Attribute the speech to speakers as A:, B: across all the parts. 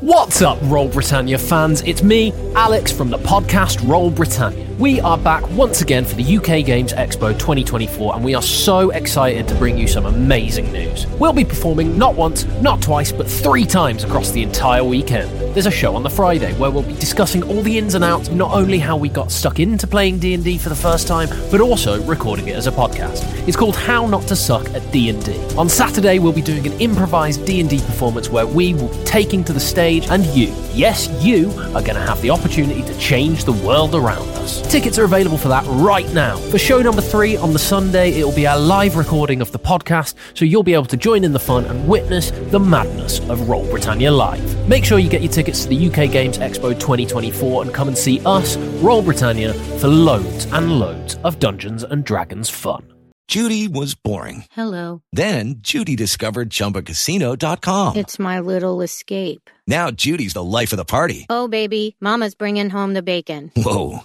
A: What's up, Roll Britannia fans? It's me, Alex, from the podcast Roll Britannia. We are back once again for the UK Games Expo 2024, and we are so excited to bring you some amazing news. We'll be performing not once, not twice, but three times across the entire weekend. There's a show on the Friday where we'll be discussing all the ins and outs, not only how we got stuck into playing D&D for the first time, but also recording it as a podcast. It's called How Not to Suck at D&D. On Saturday, we'll be doing an improvised D&D performance where we will be taking to the stage and you, yes, you, are going to have the opportunity to change the world around us. Tickets are available for that right now. For show number three on the Sunday, it will be our live recording of the podcast, so you'll be able to join in the fun and witness the madness of Roll Britannia Live. Make sure you get your tickets to the UK Games Expo 2024 and come and see us, Roll Britannia, for loads and loads of Dungeons and Dragons fun.
B: Judy was boring.
C: Hello.
B: Then Judy discovered ChumbaCasino.com.
C: It's my little escape.
B: Now Judy's the life of the party.
C: Oh, baby, Mama's bringing home the bacon.
B: Whoa,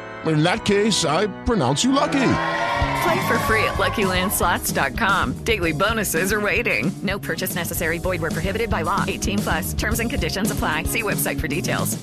D: In that case, I pronounce you lucky.
E: Play for free at LuckyLandSlots.com. Daily bonuses are waiting. No purchase necessary. Void where prohibited by law. 18 plus. Terms and conditions apply. See website for details.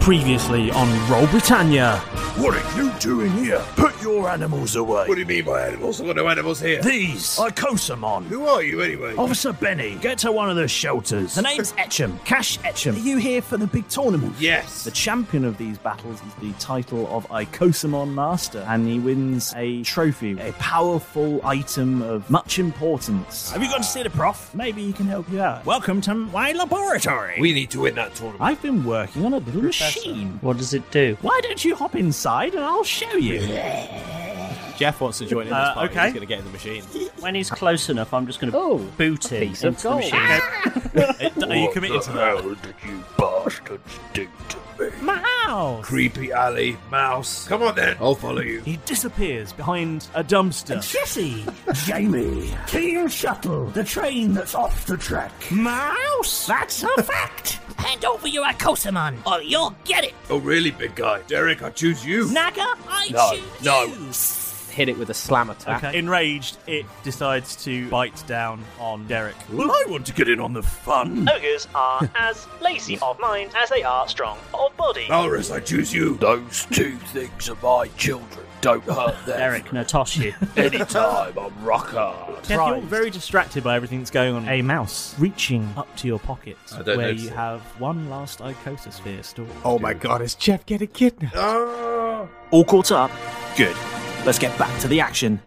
F: Previously on Roll Britannia.
G: What are you doing here? Put your animals away.
H: What do you mean by animals? I've got no animals here.
G: These I Kosamon.
H: Who are you anyway?
I: Oh.
G: Officer Benny, get to one of the shelters. The name's Etcham, Cash Etcham. Are you here for the big tournament?
H: Yes.
F: The champion of these battles is the title of Icosamon Master, and he wins a trophy, a powerful item of much importance.
G: Have you gone to see the prof?
F: Maybe he can help you out.
G: Welcome to my laboratory.
H: We need to win that tournament.
F: I've been working on a little machine.
J: What does it do?
F: Why don't you hop inside and I'll show you?
I: Jeff wants to join in this
J: Uh,
I: party.
J: okay.
I: He's going to get in the machine.
J: When he's close enough, I'm just going to
A: Oh,
J: boot him
A: piece of
J: into the
A: gold.
J: machine.
I: Are, you committed to
G: that?
I: that?
G: did you bastards do to me?
F: Mouse!
H: Creepy alley, mouse. Come on then. I'll follow you.
F: He disappears behind a dumpster.
G: Jesse, Jamie, Team Shuttle, the train that's off the track.
K: Mouse?
G: That's a fact.
K: Hand over your Akosamon, or you'll get it.
H: Oh, really, big guy? Derek, I choose you.
K: Naga, I
H: No,
K: choose
H: no.
K: you.
A: Hit it with a slam attack.
F: Okay. Enraged, it decides to bite down on Derek.
G: Well, I want to get in on the fun.
K: Mm. Ogres are as lazy of mind as they are strong of body.
F: Oh,
H: Malrus, I choose you.
G: Those two things are my children. Don't hurt them.
J: Eric, no, toss you.
G: Anytime, I'm rock hard.
F: Jeff, you're very distracted by everything that's going on. A mouse reaching up to your pocket,
H: I don't
F: where
H: notice
F: you
H: it.
F: have one last icosasphere still.
I: Oh my god, is Jeff getting kidnapped?
H: Ah.
F: All caught up. Good. Let's get back to the action.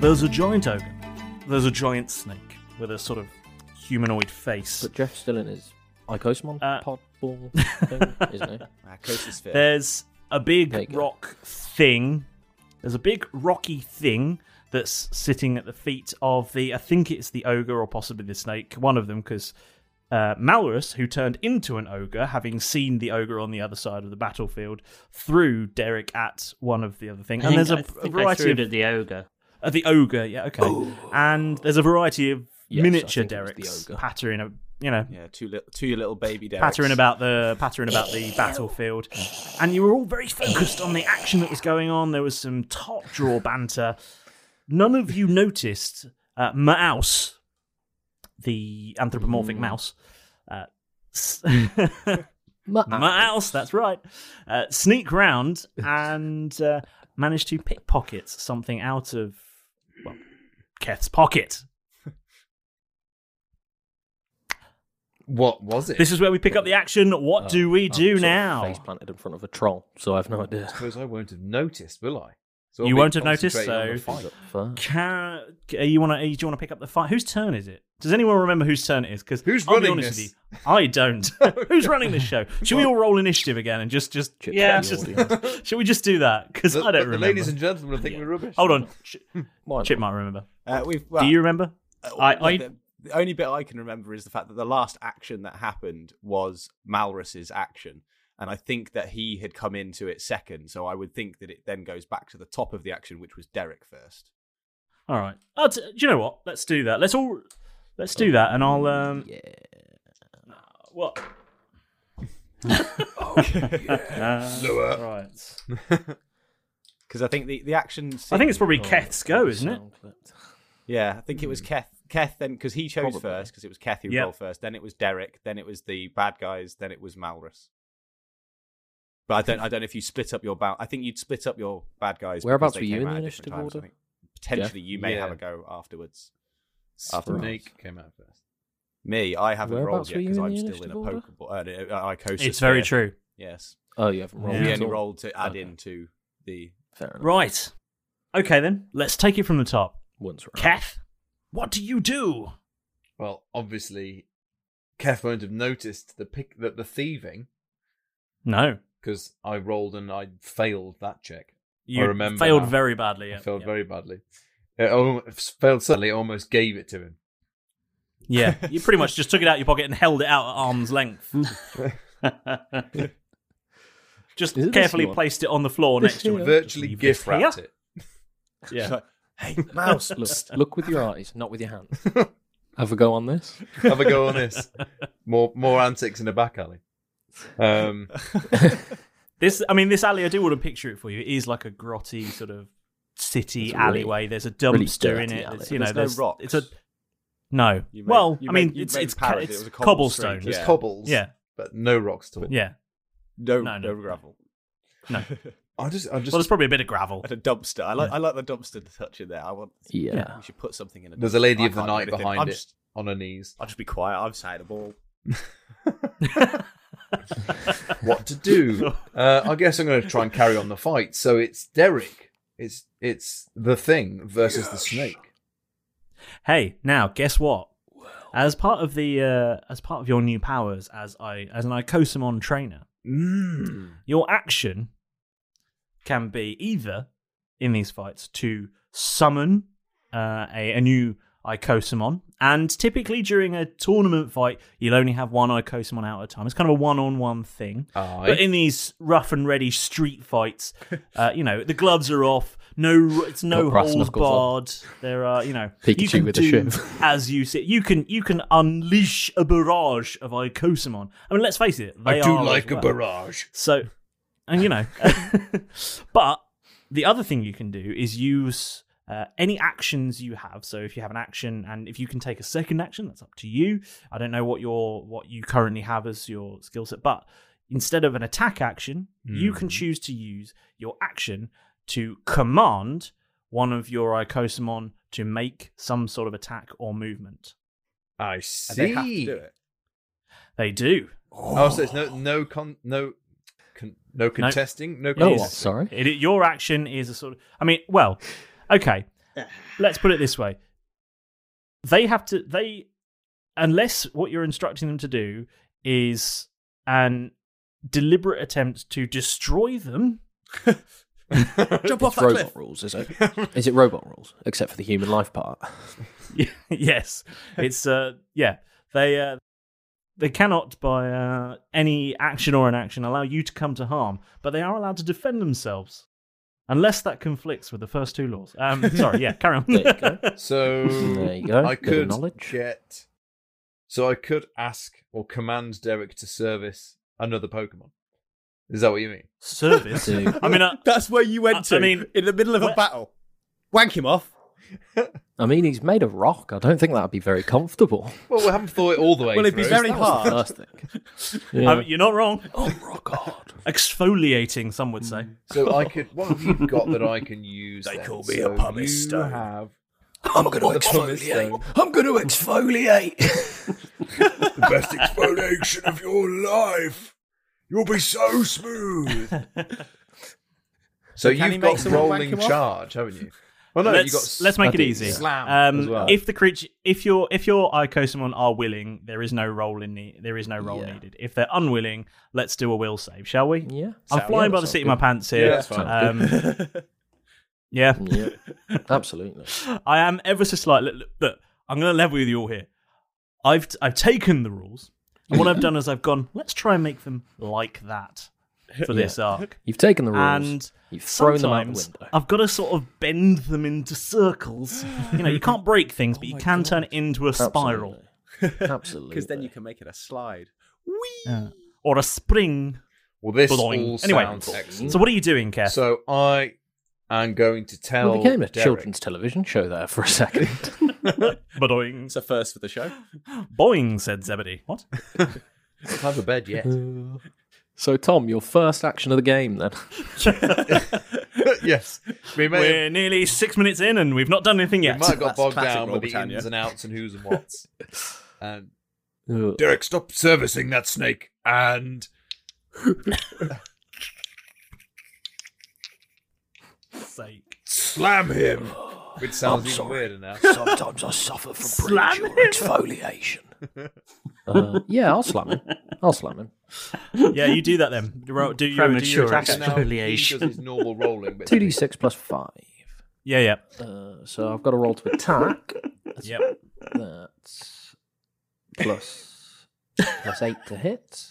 F: There's a giant ogre. There's a giant snake with a sort of humanoid face.
L: But Jeff's still in his Icosmon
F: Uh,
L: pod ball thing, isn't he?
F: There's a big
L: There you go.
F: rock thing. There's a big rocky thing that's sitting at the feet of the, I think it's the ogre or possibly the snake, one of them, because uh, Malrus, who turned into an ogre, having seen the ogre on the other side of the battlefield, threw Derek at one of the other things.
J: I
F: and
J: think-
F: there's
J: I
F: a, a
J: think I
F: variety
J: threw
F: of
J: it at the ogre.
F: At the ogre, yeah, okay. And there's a variety of
J: Yes, I
F: miniature
J: think it was the
F: Derek's pattering, of- you know,
I: Yeah, two little, two little baby Derek's.
F: pattering about the pattering about the battlefield, and you were all very focused on the action that was going on. There was some top draw banter. None of you noticed uh, Mouse, the anthropomorphic
H: Mm.
F: mouse. Uh, s- Mouse, that's right. Uh, sneak round and uh, managed to pickpocket something out of well, Keth's pocket.
M: What was
F: This is where we pick up the action. What
M: Oh,
F: do we
M: I'm
F: do
M: sort of
F: now?
M: Face planted in front of a troll, so I have no idea.
N: suppose I won't have noticed, will I? So I'll
F: you
N: be
F: won't have noticed. So,
N: concentrating on the fight.
F: can uh, you want to? Do you want to pick up the fight? Whose turn is it? Does anyone remember whose turn it is? Because who's I'll
N: running
F: be honest
N: this?
F: With you, I don't. who's running this show? Should we all roll initiative again and just just
N: Yeah.
F: just-
N: the audience.
F: should we just do that? Because I don't
N: But- but the
F: remember.
N: ladies and gentlemen will think we're rubbish.
F: Hold on,
I: not?
F: Chip might remember.
I: Uh, we've,
F: do
I: well-
F: you remember?
I: Uh, the, the only bit I can remember is the fact that the last action that happened was Malrus's action, and I think that he had come into it second. So I would think that it then goes back to the top of the action, which was Derek first.
F: All right. Oh, t- do you know what? Let's do that. Let's all let's do that, and I'll um. Yeah. What?
O: Lower.
F: Right.
I: Because I think the the action.
F: I think it's probably
I: scene-
F: Keth's go, isn't it?
I: Yeah, I think it was Keth. Keth then because he chose first because it was Keth who
F: Yep.
I: rolled first. Then it was Derek. Then it was the bad guys. Then it was Malrus. But I don't. I don't know if you split up your. Ba- I think you'd split up your bad guys. because
M: Whereabouts
I: they
M: were you
I: came
M: in
I: out
M: the
I: at
M: initiative
I: different times, I
M: order?
I: think. Potentially,
M: Jeff?
I: you may
M: Yeah.
I: have a go afterwards. Afterwards.
N: Snake came out first.
I: Me, I haven't rolled
M: Whereabouts
I: yet
M: were you
I: because
M: in the
I: I'm still in
M: initiative
I: a
M: order?
I: Pokeball. Uh, uh, Icosa
F: It's very
I: sphere.
F: true.
I: Yes.
M: Oh, you haven't rolled
I: We
M: at
I: only
M: all.
I: rolled to add into the.
M: Fair enough.
F: Right. Okay then. Let's take it from the top.
M: Once round.
F: Kath, what do you do?
N: Well, obviously, Keth won't have noticed the pick that the thieving
F: No.
N: because I rolled and I failed that check.
F: You
N: I remember
F: failed
N: now.
F: very badly, yeah,
N: I failed
F: yeah.
N: very badly. It almost, failed suddenly. Almost gave it to him.
F: Yeah, you pretty much just took it out of your pocket and held it out at arm's length. just
N: Is it this
F: carefully
N: one?
F: placed it on the floor
N: This
F: next to
N: here?
F: it.
N: Virtually
F: Just leave
N: gift wrapped
F: here.
M: Yeah.
I: hey,
F: mouse.
M: look, look with your eyes, not with your hands. Have a go on this.
N: Have a go on this. More more antics in a back alley. Um,
F: This, I mean, this alley. I do want to picture it for you. It is like a grotty sort of city
H: It's a really-
F: alleyway. There's a
H: really
F: dumpster in
H: dirty
F: it.
H: alley.
F: It's, you
H: There's no
F: know, there's
H: rocks.
F: It's a no.
H: You made-
F: well,
H: you
F: I
H: made-
F: mean,
H: you
F: it's
H: made
F: it's,
H: parody. It
F: it's
H: was a cobblestone.
F: cobblestone.
N: There's
F: yeah.
N: cobbles,
F: Yeah.
N: but no rocks to it.
F: Yeah.
I: No,
F: No,
I: no,
F: no.
I: gravel.
F: No.
N: I just, I just.
F: well, there's probably a bit of gravel.
I: And a dumpster. I like, I like the dumpster touch in there. I want.
M: Yeah. Yeah.
I: We should put something in. A
N: There's
I: dumpster.
N: a lady
I: I
N: of the
I: can't do
N: night
I: anything.
N: behind
I: I'm
N: it
I: just-
N: on her knees.
I: I'll just be quiet. I've had a ball.
N: What to do? uh, I guess I'm going to try and carry on the fight. So it's Derek. It's it's the thing versus the snake.
F: Hey, now guess what? As part of the uh, as part of your new powers as I as an Icosamon trainer, your action can be either in these fights to summon uh, a, a new Icosamon, and typically during a tournament fight, you'll only have one Icosamon out at a time. It's kind of a one-on-one thing. But in these rough and ready street fights, uh, you know the gloves are off. No, it's no
H: Got brass
F: holds
H: knuckles on.
F: barred. There are, you know,
H: Pikachu
F: you can
H: with a
F: do
H: shiv.
F: as you see. You can you can unleash a barrage of Icosamon. I mean, let's face it,
N: I
F: they
N: do
F: are as
N: like a
F: well.
N: barrage.
F: So, and you know, uh, but the other thing you can do is use uh, any actions you have. So if you have an action, and if you can take a second action, that's up to you. I don't know what your what you currently have as your skill set, but instead of an attack action, you can choose to use your action to command one of your Icosamon to make some sort of attack or movement.
N: I
F: And they have to
N: see.
F: do They do.
N: Oh, so it's no no con no con, no contesting, no.
F: It is-
N: contesting.
F: It, it- your action is a sort of. I mean, well, okay. Let's put it this way: they have to. They, unless what you're instructing them to do is an deliberate attempt to destroy them,
A: Jump off
M: It's
A: that
M: robot
A: cliff.
M: rules, is it? is it robot rules, except for the human life part?
F: yes, it's uh, yeah. They uh, they cannot by uh, any action or inaction allow you to come to harm, but they are allowed to defend themselves unless that conflicts with the first two laws. Um, sorry, yeah, carry on.
N: So I could get. So I could ask or command Derek to service another Pokemon. Is that what you mean?
F: Service? I mean, uh,
I: that's where you went
N: I- I
I: to.
N: mean,
I: in the middle of a battle, wank him off.
M: I mean, he's made of rock. I don't think that'd be very comfortable.
N: Well, we haven't thought it all the way.
I: Well, it'd be
N: through.
I: very
N: That was the
I: hard.
N: first thing.
M: Yeah.
F: Um, you're not wrong. Oh, rock hard. Exfoliating, some would say.
N: So I could. What have you got that I can use?
F: They
N: then?
F: call me a
N: So
F: pumice
N: you
F: stone.
N: Have
F: I'm gonna
N: The pumice
F: exfoliate.
N: stone.
F: I'm gonna exfoliate.
O: the best exfoliation of your life. You'll be so smooth.
N: So,
O: So can he
N: you've
O: make
N: got
O: someone wank
N: rolling
O: him off?
N: charge, haven't you? Well, no,
F: let's,
N: you got
F: let's make it
N: slam.
F: easy.
N: Slam
F: Um,
N: as well.
F: If the creature, if your if your Icosamon are willing, there is no roll in the, there is no roll needed. If they're unwilling, let's do a will save, shall we?
M: Yeah.
F: I'm
M: Sound-
F: flying
M: yeah,
F: by the
M: sounds
F: seat of
M: good.
F: my pants here.
M: Yeah, that's fine.
F: Um, yeah.
M: Yeah. Absolutely.
F: I am ever so slightly. Look, look, I'm going to level with you all here. I've I've taken the rules, and what I've done is I've gone. Let's try and make them like that for this
M: Yeah.
F: arc.
M: You've taken the rules.
F: and
M: You've thrown them out the
F: sometimes
M: window.
F: I've got to sort of bend them into circles. you know, you can't break
M: Oh
F: things, but you can turn it into a spiral
M: Absolutely.
I: Because then you can make it a slide.
F: Yeah. or a spring.
N: Well, this
F: Boing.
N: all
F: anyway.
N: sounds excellent.
F: So, what are you doing, Kev?
N: So I am going to tell.
M: Well, it became a
N: Derek-
M: children's television show there for a second.
F: Boing. It's
I: a first for the show.
F: Boing said Zebedee. What?
N: Not time for bed yet.
M: so, Tom, your first action of the game then?
N: yes, we may
F: We're nearly six minutes in, and we've not done anything
N: We
F: yet.
N: might have got bogged down with the ins and outs and who's and whats. Um, and
O: Derek, stop servicing that snake. And
F: Sake.
O: slam him.
N: Which sounds even weirder now. Sometimes I suffer from
O: Slam premature him. exfoliation.
M: Uh, yeah, I'll slam him. I'll slam him.
F: yeah, you do that then. Do your- Do your, do your
M: Premature
F: attack.
N: Now he does his normal rolling. But
M: 2d6 plus 5.
F: Yeah, yeah.
M: Uh, so I've got to roll to attack.
F: Yep.
M: That's plus, plus 8 to hit.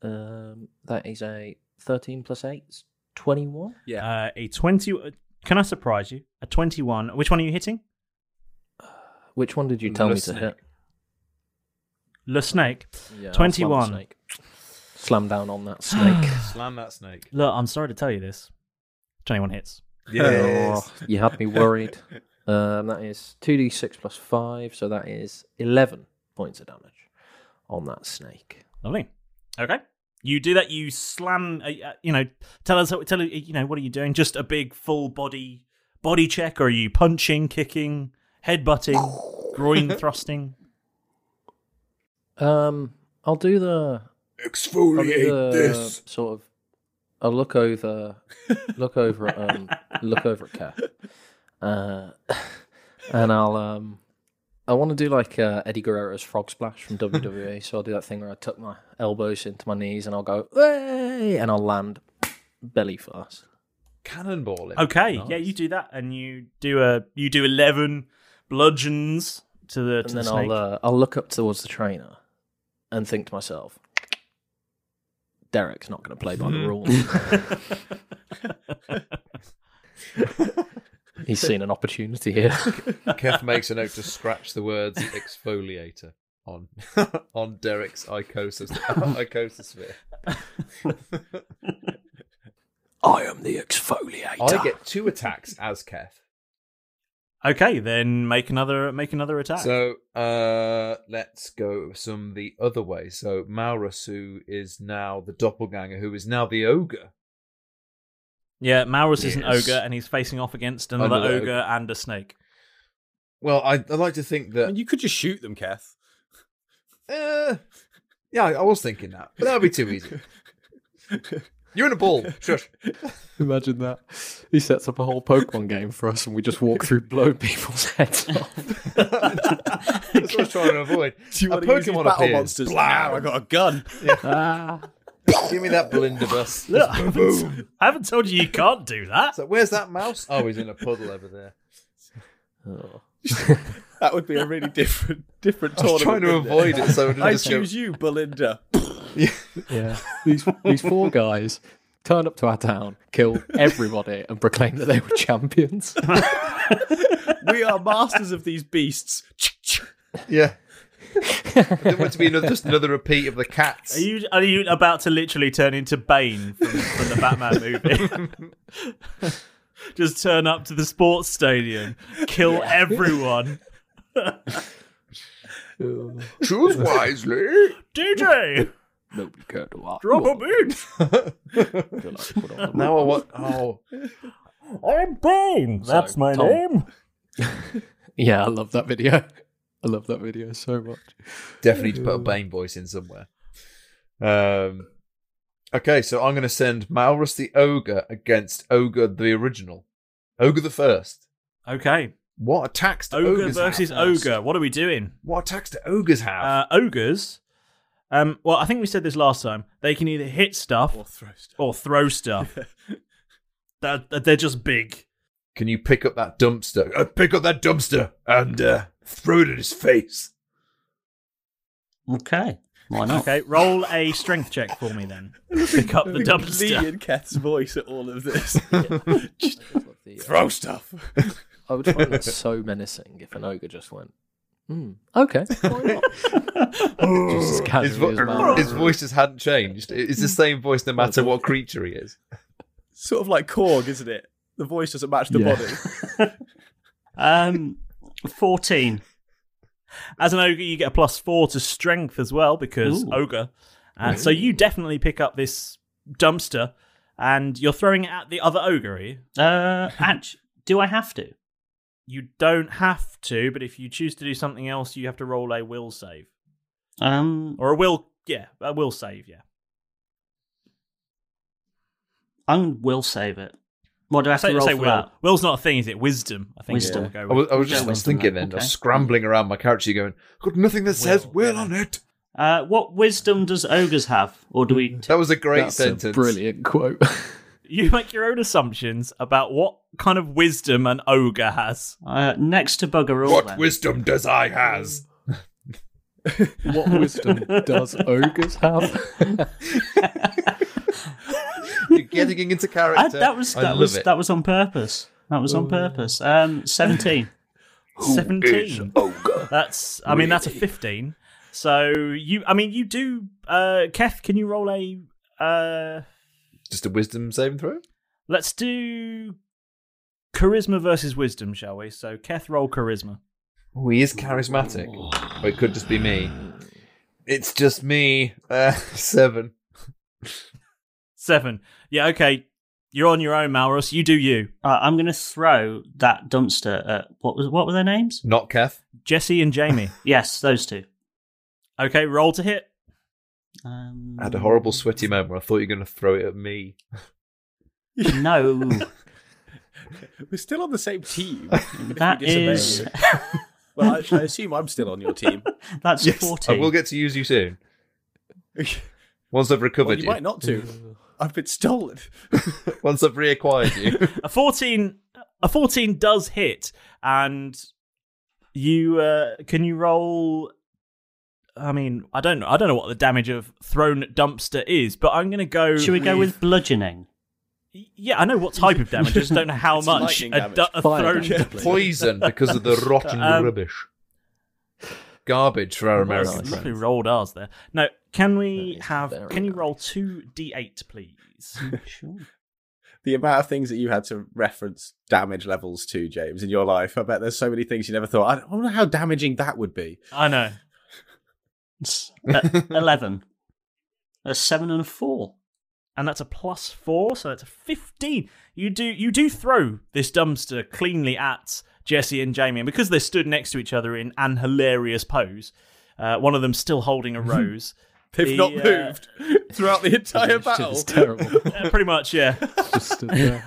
M: Um, that is a 13 plus 8, 's 21.
I: Yeah.
F: Uh, a 20. uh, Can I surprise you? A 21. Which one are you hitting?
M: Which one did you tell
F: The
M: me
F: snake.
M: to hit?
F: Le Snake.
M: Yeah, I'll slam the
F: 21.
M: snake. Slam down on that snake.
N: Slam that snake.
F: Look, I'm sorry to tell you this. 21 hits.
N: Yes.
M: Oh, you had me worried. Um, that is 2d6 plus 5, so that is 11 points of damage on that snake.
F: Lovely. Okay. You do that. You slam. Uh, uh, you know, tell us. Tell uh, you know what are you doing? Just a big full body body check, or are you punching, kicking, headbutting, groin thrusting?
M: Um, I'll do the. I'll do
O: Exfoliate
I: uh,
M: the
O: this.
M: Sort of. I'll look over. Look over at. Um, look over at Kath. Uh, and I'll. Um, I want to do like uh, Eddie Guerrero's frog splash from WWE. so I'll do that thing where I tuck my elbows into my knees and I'll go, hey! and I'll land belly first.
N: Cannonball him.
F: Okay,
M: Nice.
F: yeah, you do that, and you do a you do eleven bludgeons to the to
M: and
F: the
M: then
F: snake.
M: I'll uh, I'll look up towards the trainer and think to myself, Derek's not going to play by the rules. He's seen an opportunity here.
N: Kef makes a note to scratch the words exfoliator on on Derek's icosis icososphere.
M: I am the exfoliator.
N: I get two attacks as Kef.
F: okay, then make another make another attack.
N: So uh, let's go some the other way. So Maurus, who is now the doppelganger, who is now the ogre.
F: yeah, Maurus is an
N: Yes.
F: ogre, and he's facing off against another,
N: Another
F: ogre,
N: ogre.
F: and a snake.
N: Well, I, I like to think that
I: you could just shoot them, Keth.
N: Uh, yeah, I was thinking that, but that would be too easy. You're in a ball. Shush.
M: Imagine that. He sets up a whole Pokemon game for us and we just walk through blow people's heads off.
N: That's what I was trying to avoid.
I: Do you
N: a
I: want to use these
N: Pokemon
I: battle
N: appears.
I: monsters? Blah, I got a gun.
M: Ah.
N: Give me that Blinderbus.
F: Look, I haven't, I haven't told you you can't do that.
N: So where's that mouse? Oh, he's in a puddle over there.
I: That would be a really different different
N: I was
I: tournament.
N: trying to
I: wouldn't
N: avoid it, so I didn't
I: I
N: just go-
I: choose you, Belinda.
M: Yeah. These these four guys turn up to our town, kill everybody, and proclaim that they were champions.
I: we are masters of these beasts.
N: Yeah. I didn't want to be another, just another repeat of the cats.
F: Are you are you about to literally turn into Bane from, from the Batman movie? Just turn up to the sports stadium, kill
O: Yeah.
F: everyone.
O: Choose wisely.
F: DJ,
M: Nobody cared to watch.
F: drop a beat.
N: now I want. Oh,
F: I'm Bane.
M: So, that's my Tom. name. Yeah, I love that video. I love that video so much.
N: Definitely to put a Bane voice in somewhere. Um, okay, so I'm going to send Malrus the Ogre against Ogre the Original. Ogre the First.
F: Okay.
N: What attacks do
F: ogre
N: ogres
F: versus
N: have?
F: ogre? What are we doing?
N: What attacks do ogres have?
F: Uh, ogres. Um, well, I think we said this last time. They can either hit stuff or throw stuff. that, that- they're just big.
N: Can you pick up that dumpster? Uh, pick up that dumpster and uh, throw it at his face.
J: Okay. Why not?
F: Okay, roll a strength check for me then. Pick up the dumpster.
I: Lee and Kath's voice at all of this.
M: Throw stuff. I would find that so menacing if an ogre just went. Hmm. Okay. Why not? just as casually
N: his, vo-
M: as Malrus.
N: his voice just hadn't changed. It- It's the same voice no matter what creature he is.
I: sort of like Korg, isn't it? The voice doesn't match the
N: Yeah.
I: body.
J: Um, 14.
F: As an ogre, you get a plus four to strength as well because
J: Ooh.
F: ogre. Uh, so you definitely pick up this dumpster and you're throwing it at the other ogre, are you?
J: Uh, act- do I have to?
F: You don't have to, but if you choose to do something else, you have to roll a will save.
J: Um,
F: Or a will, yeah, a will save, yeah.
J: I will save it. What do I have
F: Say-
J: to roll
F: say
J: for
F: will.
J: that?
F: Will's not a thing, is it? Wisdom, I think. is
J: Wisdom.
F: what we'll
N: I
F: go
N: was,
F: with.
N: I was just I was thinking then, I was scrambling around my character going, got nothing that says will on it.
J: Uh, what wisdom does ogres have? Or do we?
N: Mm, That was a great
J: That's a
N: sentence.
M: brilliant quote.
F: You make your own assumptions about what kind of wisdom an ogre has.
J: Uh, next to bugger all.
F: What
J: then.
N: wisdom does I has?
M: what wisdom does ogres have?
N: You're getting into character.
J: I- that was
N: I
J: that
N: love
J: was
N: it.
J: that was on purpose. That was on purpose. Um, seventeen.
F: Seventeen. That's. I mean, that's a
J: Really?
F: fifteen. So you. I mean, you do. Uh, Keth, can you roll a? Uh,
N: Just a wisdom saving throw?
F: let's do charisma versus wisdom, shall we? So Keth, roll charisma.
N: Oh, he is charismatic. Or it could just be me. It's just me. Uh, seven.
F: Seven. Yeah. Okay. You're on your own, Malrus. You do you.
J: Uh, I'm going to throw that dumpster at what was what were their names?
N: Not Keth.
F: Jesse and Jamie.
J: yes, those two.
F: Okay. Roll to hit.
J: Um,
N: I had a horrible sweaty moment where I thought you were going to throw it at me.
J: no,
I: We're still on the same team. even if we
J: That
I: disobey
J: is-
I: you. well, I, I assume I'm still on your team.
J: that's
N: Yes,
J: fourteen.
N: I will get to use you soon. Once I've recovered
I: Well, you might not to. I've been stolen.
N: Once I've reacquired you.
F: a 14 a 14 does hit and you uh can you roll i mean i don't know i don't know what the damage of thrown dumpster is but i'm gonna go
J: Should we go with bludgeoning?
F: yeah i know what type of damage i just don't know how
J: It's
F: much
J: lightning
F: a,
J: damage.
F: du- a
J: Fire
F: thrown
J: damage.
F: dumpster-
N: Poison because of the rotten
F: Um,
N: rubbish. Garbage for our
F: Well,
N: American
F: it's
N: friends.
F: lovely rolled ours there no can we have can you roll 2d8 please
I: The amount of things that you had to reference damage levels to, James, in your life, I bet there's so many things you never thought. I don't- I wonder how damaging that would be.
F: i know E,
J: A- Eleven. A seven and a four.
F: and that's a plus four, so that's a fifteen. You do you do throw this dumpster cleanly at Jesse and Jamie, and because they stood next to each other in an hilarious pose, uh, one of them still holding a rose.
I: They've
F: the,
I: not
F: uh,
I: moved throughout the entire battle.
F: It's Uh, pretty much, yeah.
M: Just stood there.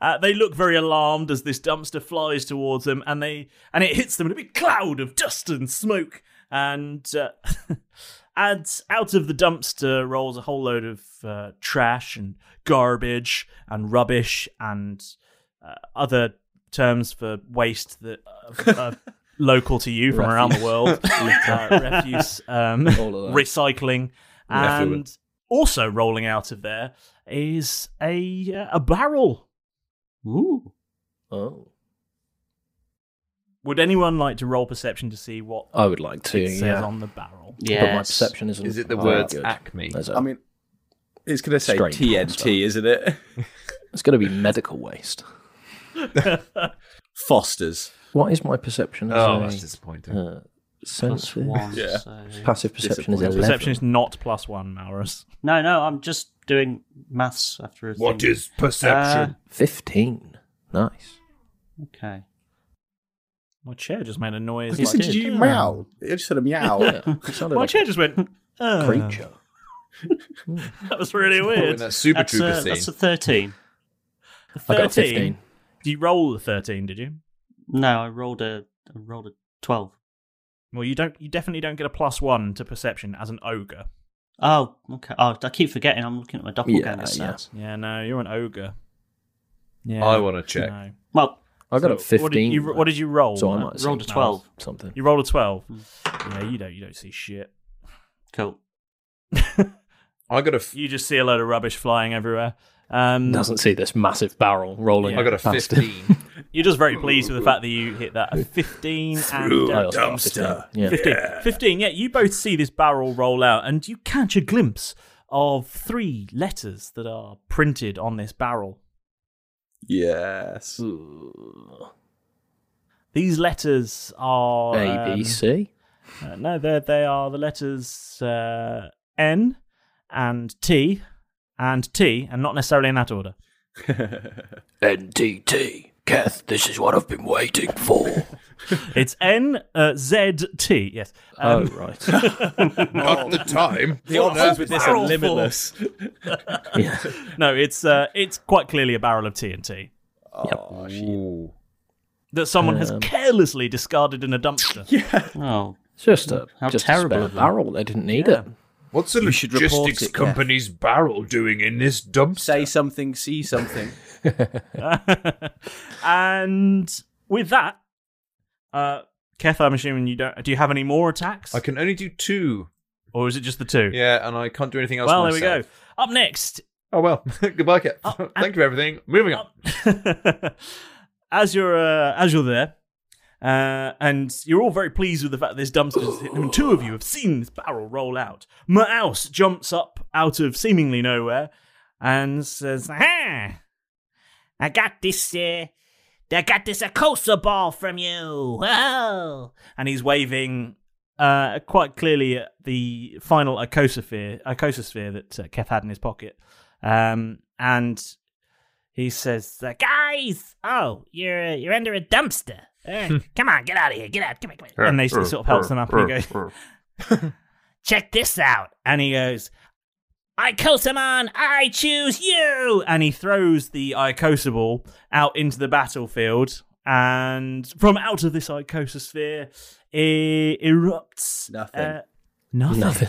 F: Uh, they look very alarmed as this dumpster flies towards them, and they and it hits them in a big cloud of dust and smoke. and uh, adds out of the dumpster rolls a whole load of uh, trash and garbage and rubbish and uh, other terms for waste that uh, are local to you from around the world,
J: Refuse.
F: uh, refuse, um,
J: All of that.
F: recycling, and
J: Effluent.
F: also rolling out of there is a uh, a barrel. Ooh.
M: Oh.
F: Would anyone like to roll perception to see what
J: Uh,
M: I would like to.
F: it says
M: yeah.
F: on the barrel?
M: But my perception isn't. all that good. There's a-
I: I mean, it's going to say
M: Strain
I: TNT, isn't it?
M: it's going to be medical waste.
I: Fosters.
M: What is my perception? as
I: Oh,
M: a,
I: that's disappointing.
M: Uh, sensitive.
J: one, Yeah. so-
M: Passive perception is
J: Disappointing.
M: eleven.
F: Perception is not plus one, Malrus.
J: No, no, I'm just doing maths after a
F: What
J: thing.
F: is perception?
M: Fifteen. Nice.
J: Uh, okay.
F: My chair just made a noise.
I: You
F: like
I: said
F: it.
I: you meow. It just said a meow.
F: Yeah,
M: it
F: My
M: sounded like
F: chair just went. "Uh."
M: creature.
F: That was really weird.
J: that Super That's, Trooper uh, scene. that's a 13.
F: A 13?
J: I got 15.
F: You roll a 13, did you?
J: No, I rolled a I rolled a twelve.
F: Well, you don't. You definitely don't get a plus one to perception as an ogre.
J: Oh, okay. Oh, I keep forgetting. I'm looking at my doppelganger stats.
F: yeah, no, you're an ogre. Yeah,
N: I want to check.
F: No.
J: Well,
M: I got a
F: So What did
M: fifteen.
F: you, what did you roll?
M: So I
F: Matt?
M: might have
J: Rolled a Hmm.
M: seen
J: 12.
M: Something.
F: You rolled a twelve. Yeah, you don't. You don't see shit.
J: Cool.
N: I got a. F-
F: you just see a load of rubbish flying everywhere. Um,
M: Doesn't see this massive barrel rolling.
F: Yeah. I got a
M: past it.
N: 15.
F: You're just very pleased with the fact that you hit that a 15 and
M: a
F: uh,
M: dumpster. Yeah.
F: 15.
M: Yeah.
F: 15, yeah, you both see this barrel roll out and you catch a glimpse of three letters that are printed on this barrel.
I: Yes.
F: These letters are
M: A, B,
F: um,
M: C?
F: uh, no, they they are the letters uh, N and T and T, and not necessarily in that order.
A: NTT. Keth, this is what I've been waiting for.
F: It's N uh, Z T. Yes. Um,
A: Oh, right.
M: Oh.
A: Not
N: the time.
A: The options with this are limitless.
F: yeah. No, it's uh, it's quite clearly a barrel of TNT
N: Oh, shit.
F: that someone has
M: Um,
F: carelessly discarded in a dumpster.
J: Yeah. Oh,
M: It's just a
J: How
M: just
J: terrible
M: a spare
J: of them.
M: barrel. They didn't need it.
N: What's the
M: You should report
N: logistics
M: it, Kev.
N: company's barrel doing in this dumpster?
I: Say something, see something.
F: and with that, uh, Keth, I'm assuming you don't. Do you have any more attacks?
N: I can only do two.
F: Or is it just the two?
N: Yeah, and I can't do anything else.
F: well,
N: myself.
F: there we go. Up next,
N: Oh well, goodbye, Cat.
M: Oh,
N: Thank you for everything. Moving on.
F: as you're uh, as you're there, uh, and you're all very pleased with the fact that this dumpster has hit them, and two of you have seen this barrel roll out. Mouse jumps up out of seemingly nowhere and says, "Ha! I got this. Uh, I got this Akosa ball from you. Oh!" And he's waving. Uh, quite clearly, at the final icososphere, icososphere that uh, Keth had in his pocket, um, and he says, uh, "Guys, oh, you're uh, you're under a dumpster. Uh, come on, get out of here, get out, come on, come on." and they sort of helps them up, and he goes, "Check this out." And he goes, "Icosamon, I choose you!" And he throws the Icosa ball out into the battlefield, and from out of this Icososphere e- erupts
I: Nothing.
F: uh, nothing,
M: Nothing.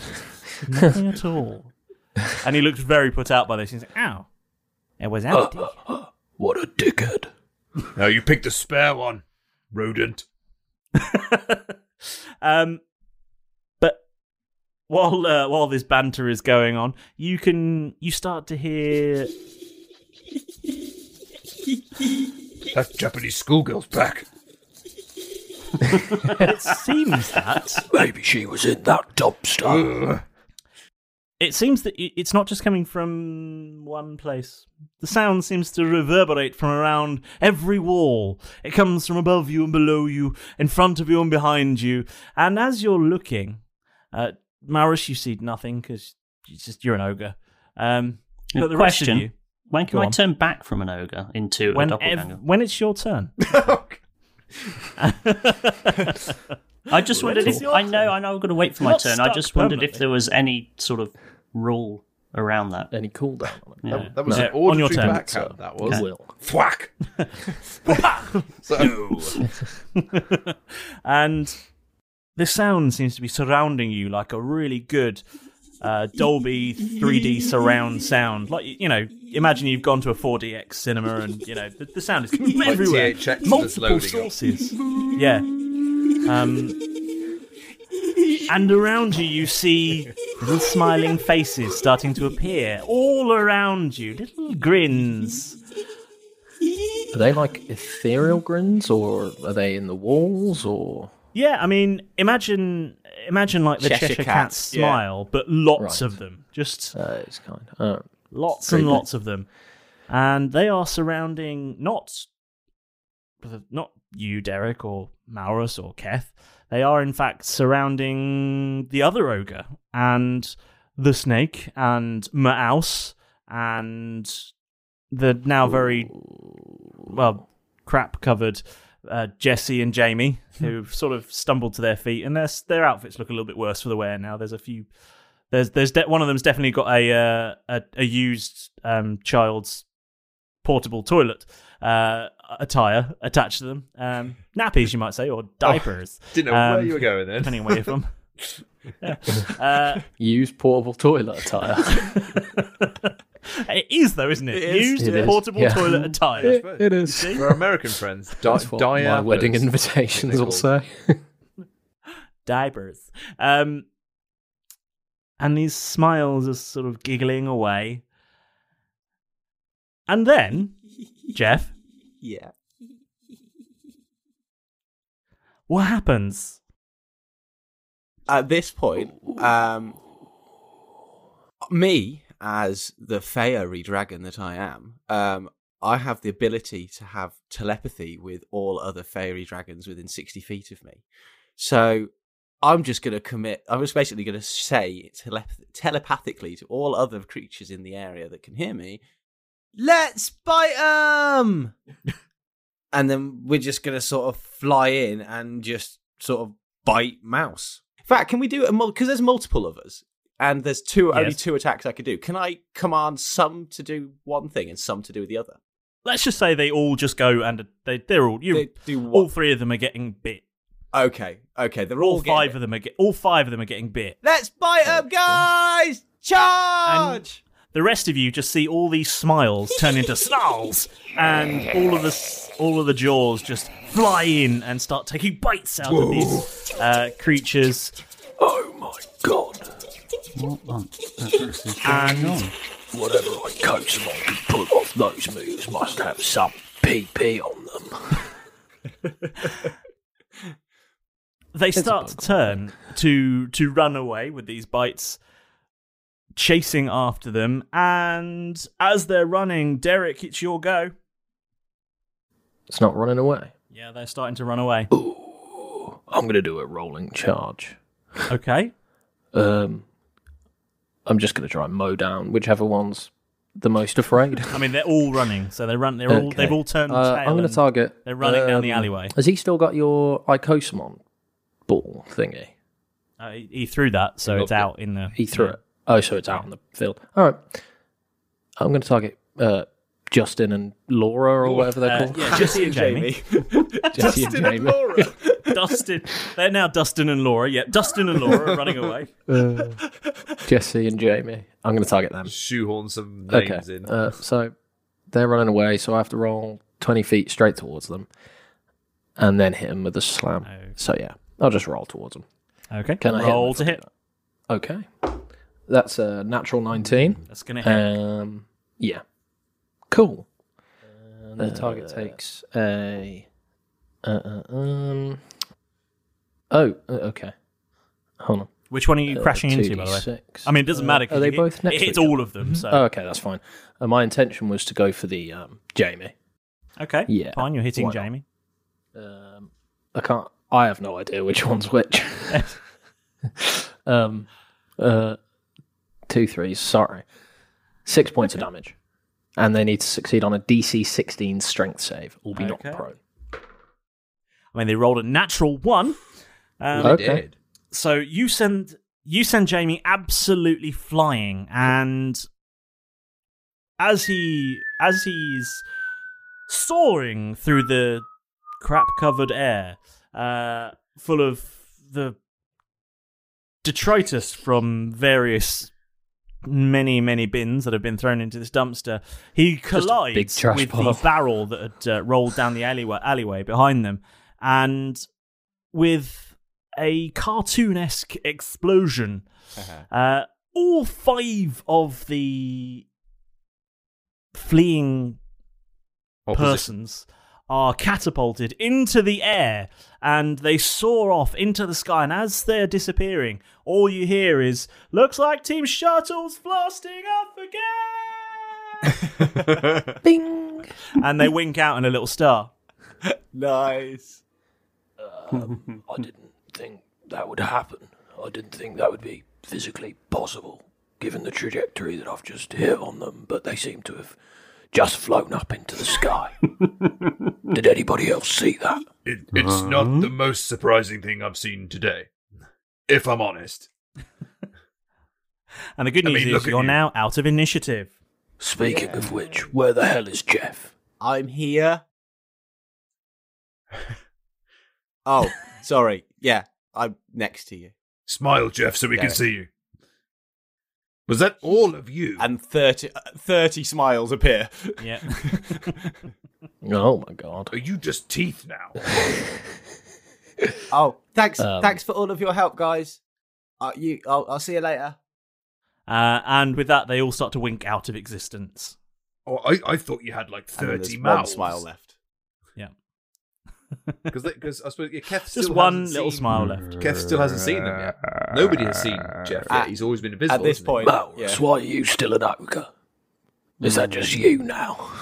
F: nothing at all. And he looks very put out by this. He's like, "Ow, it was empty."
N: What a dickhead! Now you picked the spare one, rodent.
F: Um, but while uh, while this banter is going on, you can you start to hear
N: That Japanese schoolgirl's back.
F: it seems that
A: Maybe she was in that
N: Oh.
A: dumpster.
F: it seems that i- it's not just coming from one place. The sound seems to reverberate from around every wall. It comes from above you and below you, in front of you and behind you. And as you're looking, uh, Maris, you see nothing because just you're an ogre. Um, but the rest of
J: question:
F: you,
J: When can
F: Go
J: I
F: on.
J: turn back from an ogre into
F: when
J: a
F: ev-
J: doppelganger?
F: when it's your turn.
J: I just
F: When
J: wondered
F: is
J: if
F: your
J: I know I know I'm going to wait for
F: You're
J: my
F: not
J: turn. I
F: stuck
J: just wondered if
F: permanently.
J: there was any sort of rule around that.
M: Any cooldown? On
J: Yeah.
N: That, that was
F: No.
N: an auditory
F: On your turn.
N: backhand. That was
M: It will.
N: thwack. so,
F: and this sound seems to be surrounding you like a really good uh, Dolby 3D surround sound. Like you know, imagine you've gone to a 4DX cinema and you know the, the sound is
N: Like
F: everywhere,
N: THX that's
F: multiple
N: loading up.
F: sources. Yeah. Um, and around you, you see little smiling faces starting to appear all around you. Little grins.
M: Are they like ethereal grins, or are they in the walls, or
F: Yeah, I mean, imagine imagine like the Cheshire,
M: Cheshire
F: Cat,
M: Cat, yeah.
F: smile, but lots
M: Right.
F: of them. Just
M: uh, it's kind. Oh.
F: lots
M: Very
F: and
M: good.
F: lots of them, and they are surrounding not not you, Derek, or Maurus, or Keth. They are in fact surrounding the other ogre and the snake and Maus and the now very well crap covered uh, Jesse and Jamie,
M: Hmm.
F: who've sort of stumbled to their feet, and their their outfits look a little bit worse for the wear now. There's a few. There's there's de- one of them's definitely got a uh, a, a used um, child's portable toilet uh, attire attached to them, um, nappies you might say,
M: Oh.
F: or diapers.
N: didn't know where you were going then.
F: Depending on where you're from. Yeah. Uh,
M: Use portable toilet attire.
F: it is though, isn't it?
M: It is.
F: Used
M: It is,
F: portable
M: yeah.
F: toilet attire.
M: It- it is.
F: You see?
N: For our American friends, di-
M: That's what my wedding
N: diapers.
M: invitations
N: They're
M: will say.
F: diapers. Um, and these smiles are sort of giggling away. And then, Jeff,
I: Yeah.
F: what happens?
I: At this point, um, me as the fairy dragon that I am, um, I have the ability to have telepathy with all other fairy dragons within sixty feet of me. So I'm just going to commit. I'm just basically going to say telep- telepathically to all other creatures in the area that can hear me, Let's bite 'em! and then we're just going to sort of fly in and just sort of bite mouse. In fact, can we do it? Because there's multiple of us, and there's two only
F: Yes.
I: two attacks I could do. Can I command some to do one thing and some to do the other?
F: Let's just say they all just go and they, they're all you. all three of them are getting bit.
I: Okay, okay, they're
F: all, five of them are get, all five of them are getting bit.
I: Let's bite 'em, guys! Charge!
F: The rest of you just see all these smiles turn into snarls, and all of the s- all of the jaws just fly in and start taking bites out of these uh, creatures.
O: Oh my god.
F: And-
O: whatever I coach them on to pull off those moves must have some PP on them.
F: they start to turn to to run away with these bites chasing after them and as they're running derek it's your go
M: It's not running away.
F: yeah they're starting to run away
M: I'm going to do a rolling charge.
F: Okay.
M: Um, I'm just going to try and mow down whichever one's the most afraid.
F: i mean they're all running so they run they're all
M: Okay.
F: they've all turned
M: Uh,
F: tail
M: I'm going
F: and
M: to target.
F: they're running down the
M: um,
F: alleyway
M: Has he still got your Icosamon ball thingy?
F: uh, he he threw that so it's out in the
M: He threw it. Oh, so it's out in the field. All right. I'm going to target uh, Justin and Laura or whatever they're
F: Uh,
M: called.
F: yeah, Jesse and Jamie.
M: Jesse and Jamie.
F: Dustin. They're now Dustin and Laura. Yeah, Dustin and Laura are running away.
M: Uh, Jesse and Jamie. I'm going to target them.
N: Shoehorn some names in.
M: Uh, so they're running away, so I have to roll 20 feet straight towards them and then hit them with a slam. So yeah, I'll just roll towards them.
F: Okay.
M: Can I hit 'em
F: roll
M: if
F: to hit?
M: Okay. That's a natural 19.
F: That's gonna hit.
M: Um, yeah. Cool. Uh,
F: And the target
M: takes a. Uh, uh, um. Oh, uh, okay. Hold on.
F: Which one are you
M: Uh,
F: crashing into, by the way?
M: 2d6.
F: I mean, it doesn't matter, 'cause
M: Uh, Are they
F: you hit-
M: both next
F: it
M: to
F: hits
M: each
F: all
M: other?
F: of them, so-
M: Oh, okay, that's fine. Uh, my intention was to go for the um, Jamie.
F: Okay.
M: Yeah,
F: Fine. You're hitting
M: why not?
F: Jamie.
M: Um, I can't. I have no idea which one's which. um, uh, two threes. Sorry, six points of damage, and they need to succeed on a DC 16 Strength save, or be knocked
F: Okay.
M: prone.
F: I mean, they rolled a natural one. Um,
M: They Okay. did.
F: So you send you send Jamie absolutely flying, and as he as he's soaring through the crap covered air, uh, full of the detritus from various many many bins that have been thrown into this dumpster. He
M: a big
F: collides
M: trash
F: with
M: pile.
F: the barrel that had uh, rolled down the alleyway, alleyway behind them, and with a cartoon-esque explosion,
M: Uh-huh.
F: uh, all five of the fleeing
N: Opposite.
F: persons are catapulted into the air and they soar off into the sky and as they're disappearing all you hear is looks like team shuttle's blasting up again bing and they wink out in a little star
I: nice
G: Um, I didn't think that would happen. I didn't think that would be physically possible, given the trajectory that I've just hit on them, but they seem to have just flown up into the sky. Did anybody else see that?
O: It, it's not the most surprising thing I've seen today, if I'm honest.
F: and the good
O: I
F: news
O: mean, look
F: is
O: at
F: you're
O: you.
F: now out of initiative
G: Speaking of which, where the hell is Jeff?
I: I'm here. oh, sorry. Yeah, I'm next to you.
O: Smile, Jeff, so we can
I: Damn it.
O: see you. Was that all of you?
I: And 30, uh, 30 smiles appear.
F: Yeah.
M: Oh my god.
O: Are you just teeth now?
I: oh, thanks.
F: Um,
I: thanks for all of your help, guys. Uh, you, I'll, I'll see you later.
F: uh, and with that they all start to wink out of existence
O: Oh, I, I thought you had like
I: And then
O: 30
I: there's
O: mouths.
I: One smile left.
N: Because I suppose yeah, Keth
F: Just
N: still
F: one
N: hasn't
F: little
N: seen-
F: smile left.
N: Keth still hasn't seen them yet. Nobody has seen Jeff yet. He's always been invisible. hasn't he?
G: Well, that's why you still an ogre. Is that just you now?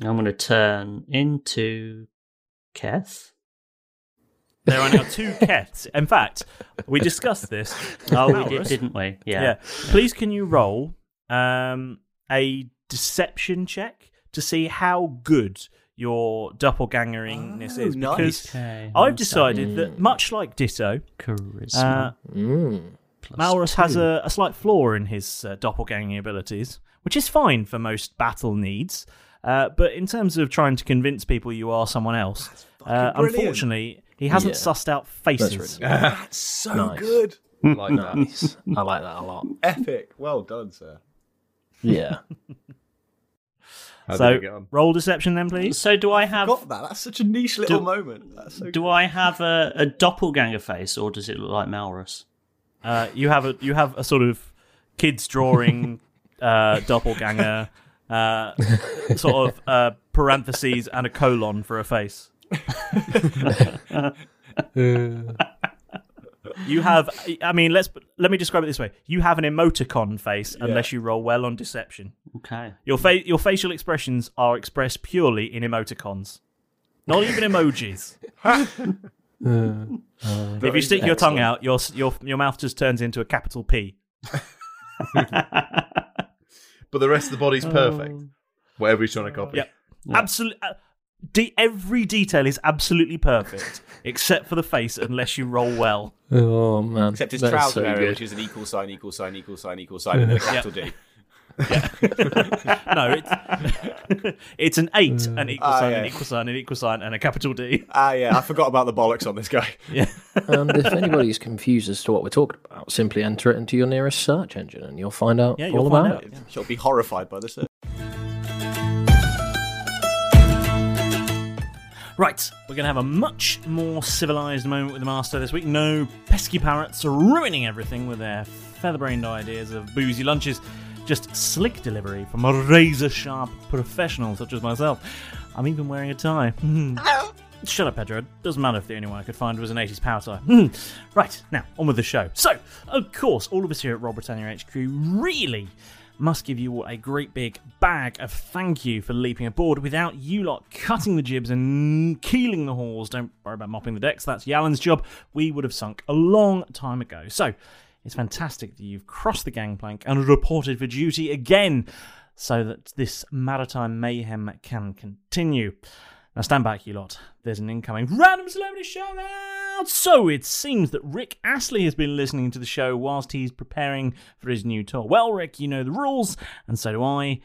J: I'm going to turn into Keth.
F: There are now two Keths. In fact, we discussed this.
J: Oh, we
F: Malrus.
J: did, didn't we? Yeah.
F: Please, can you roll um, a deception check to see how good your doppelgangeringness
J: Oh,
F: is?
J: nice.
F: Because
J: Okay,
F: I've
J: what's
F: decided
J: that?
F: that, much like Ditto,
J: Charisma.
F: uh,
M: Mm.
F: Malrus has a, a slight flaw in his uh, doppelganging abilities, which is fine for most battle needs. Uh, but in terms of trying to convince people you are someone else, uh,
I: brilliant.
F: unfortunately, he hasn't
M: Yeah.
F: sussed out
M: That's
F: faces.
M: really good.
I: That's so
M: Nice.
I: good.
N: Like that.
M: nice. I like that a lot.
I: Epic. Well done, sir.
M: Yeah.
N: How did
F: so
N: it get on?
F: roll deception then, please.
J: So do I have?
I: Got that. That's such a niche little
J: Do-
I: moment. That's so
J: Do I have a, a doppelganger face, or does it look like Malrus?
F: Uh, you have a you have a sort of kids drawing uh, doppelganger, uh, sort of uh, parentheses and a colon for a face. you have, I mean, let's let me describe it this way: you have an emoticon face unless you roll well on deception.
J: Okay.
F: Your fa- your facial expressions are expressed purely in emoticons, not even emojis. if you stick your tongue out, your s- your your mouth just turns into a capital P.
N: But the rest of the body's
I: Um,
N: perfect. Whatever he's trying to copy.
F: Yep. Absolutely. uh, De- every detail is absolutely perfect except for the face, unless you roll well.
M: Oh man.
I: Except his
M: That is
I: trouser
M: so
I: area,
M: good.
I: which is an equal sign, equal sign, equal sign, equal sign, and then a capital D.
F: No, it's, it's an eight, an equal
I: Ah,
F: sign,
I: yeah.
F: an equal sign, an equal sign, and a capital D.
I: Ah, yeah, I forgot about the bollocks on this guy.
F: Yeah.
M: and Um, if anybody's confused as to what we're talking about, simply enter it into your nearest search engine and you'll find out
I: Yeah,
M: all
I: you'll
M: about
I: find
M: it.
I: out. Yeah. She'll be horrified by this.
F: Right, we're going to have a much more civilized moment with the master this week. No pesky parrots ruining everything with their featherbrained ideas of boozy lunches. Just slick delivery from a razor sharp professional such as myself. I'm even wearing a tie. Shut up, Pedro. It doesn't matter if the only one I could find was an 80s power tie. Hmm. Right, now, on with the show. So, of course, all of us here at Royal Britannia HQ really must give you all a great big bag of thank you for leaping aboard. Without you lot cutting the jibs and keeling the hawse, don't worry about mopping the decks, that's Yalan's job, we would have sunk a long time ago. So, it's fantastic that you've crossed the gangplank and reported for duty again so that this maritime mayhem can continue. Now stand back, you lot. There's an incoming random celebrity shout out! So it seems that Rick Astley has been listening to the show whilst he's preparing for his new tour. Well, Rick, you know the rules, and so do I,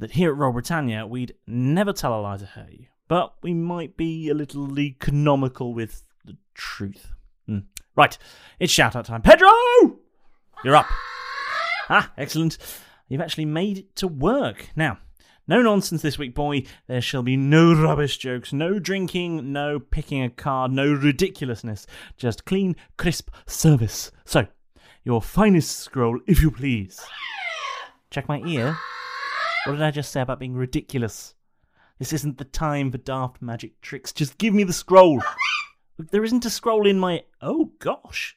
F: that here at Royal Britannia, we'd never tell a lie to hurt you, but we might be a little economical with the truth. Hmm. Right, it's shout out time. Pedro! You're up. Ah, excellent. You've actually made it to work. Now, no nonsense this week, boy. There shall be no rubbish jokes, no drinking, no picking a card, no ridiculousness. Just clean, crisp service. So, your finest scroll, if you please. Check my ear. What did I just say about being ridiculous? This isn't the time for daft magic tricks. Just give me the scroll. there isn't a scroll in my. Oh gosh.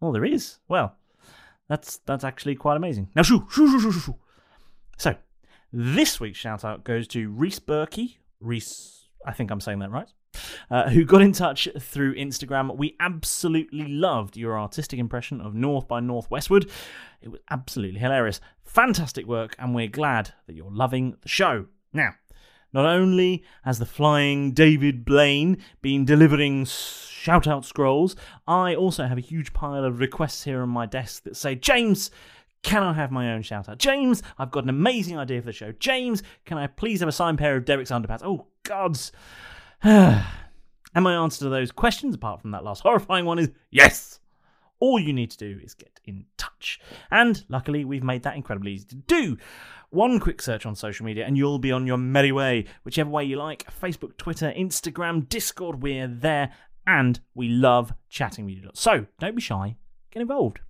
F: Well, there is. Well, that's that's actually quite amazing. Now, shoo, shoo, shoo, shoo, shoo, shoo. So, this week's shout out goes to Reese Berkey. Reese, I think I'm saying that right. Uh, who got in touch through Instagram? We absolutely loved your artistic impression of North by Northwestward. It was absolutely hilarious. Fantastic work, and we're glad that you're loving the show. Now, not only has the flying David Blaine been delivering shout out scrolls, I also have a huge pile of requests here on my desk that say, James, can I have my own shout out? James, I've got an amazing idea for the show. James, can I please have a signed pair of Derek's underpants? Oh, gods. and my answer to those questions, apart from that last horrifying one, is yes. All you need to do is get in touch. And luckily, we've made that incredibly easy to do. One quick search on social media, and you'll be on your merry way. Whichever way you like Facebook, Twitter, Instagram, Discord, we're there. And we love chatting with you. So don't be shy, get involved.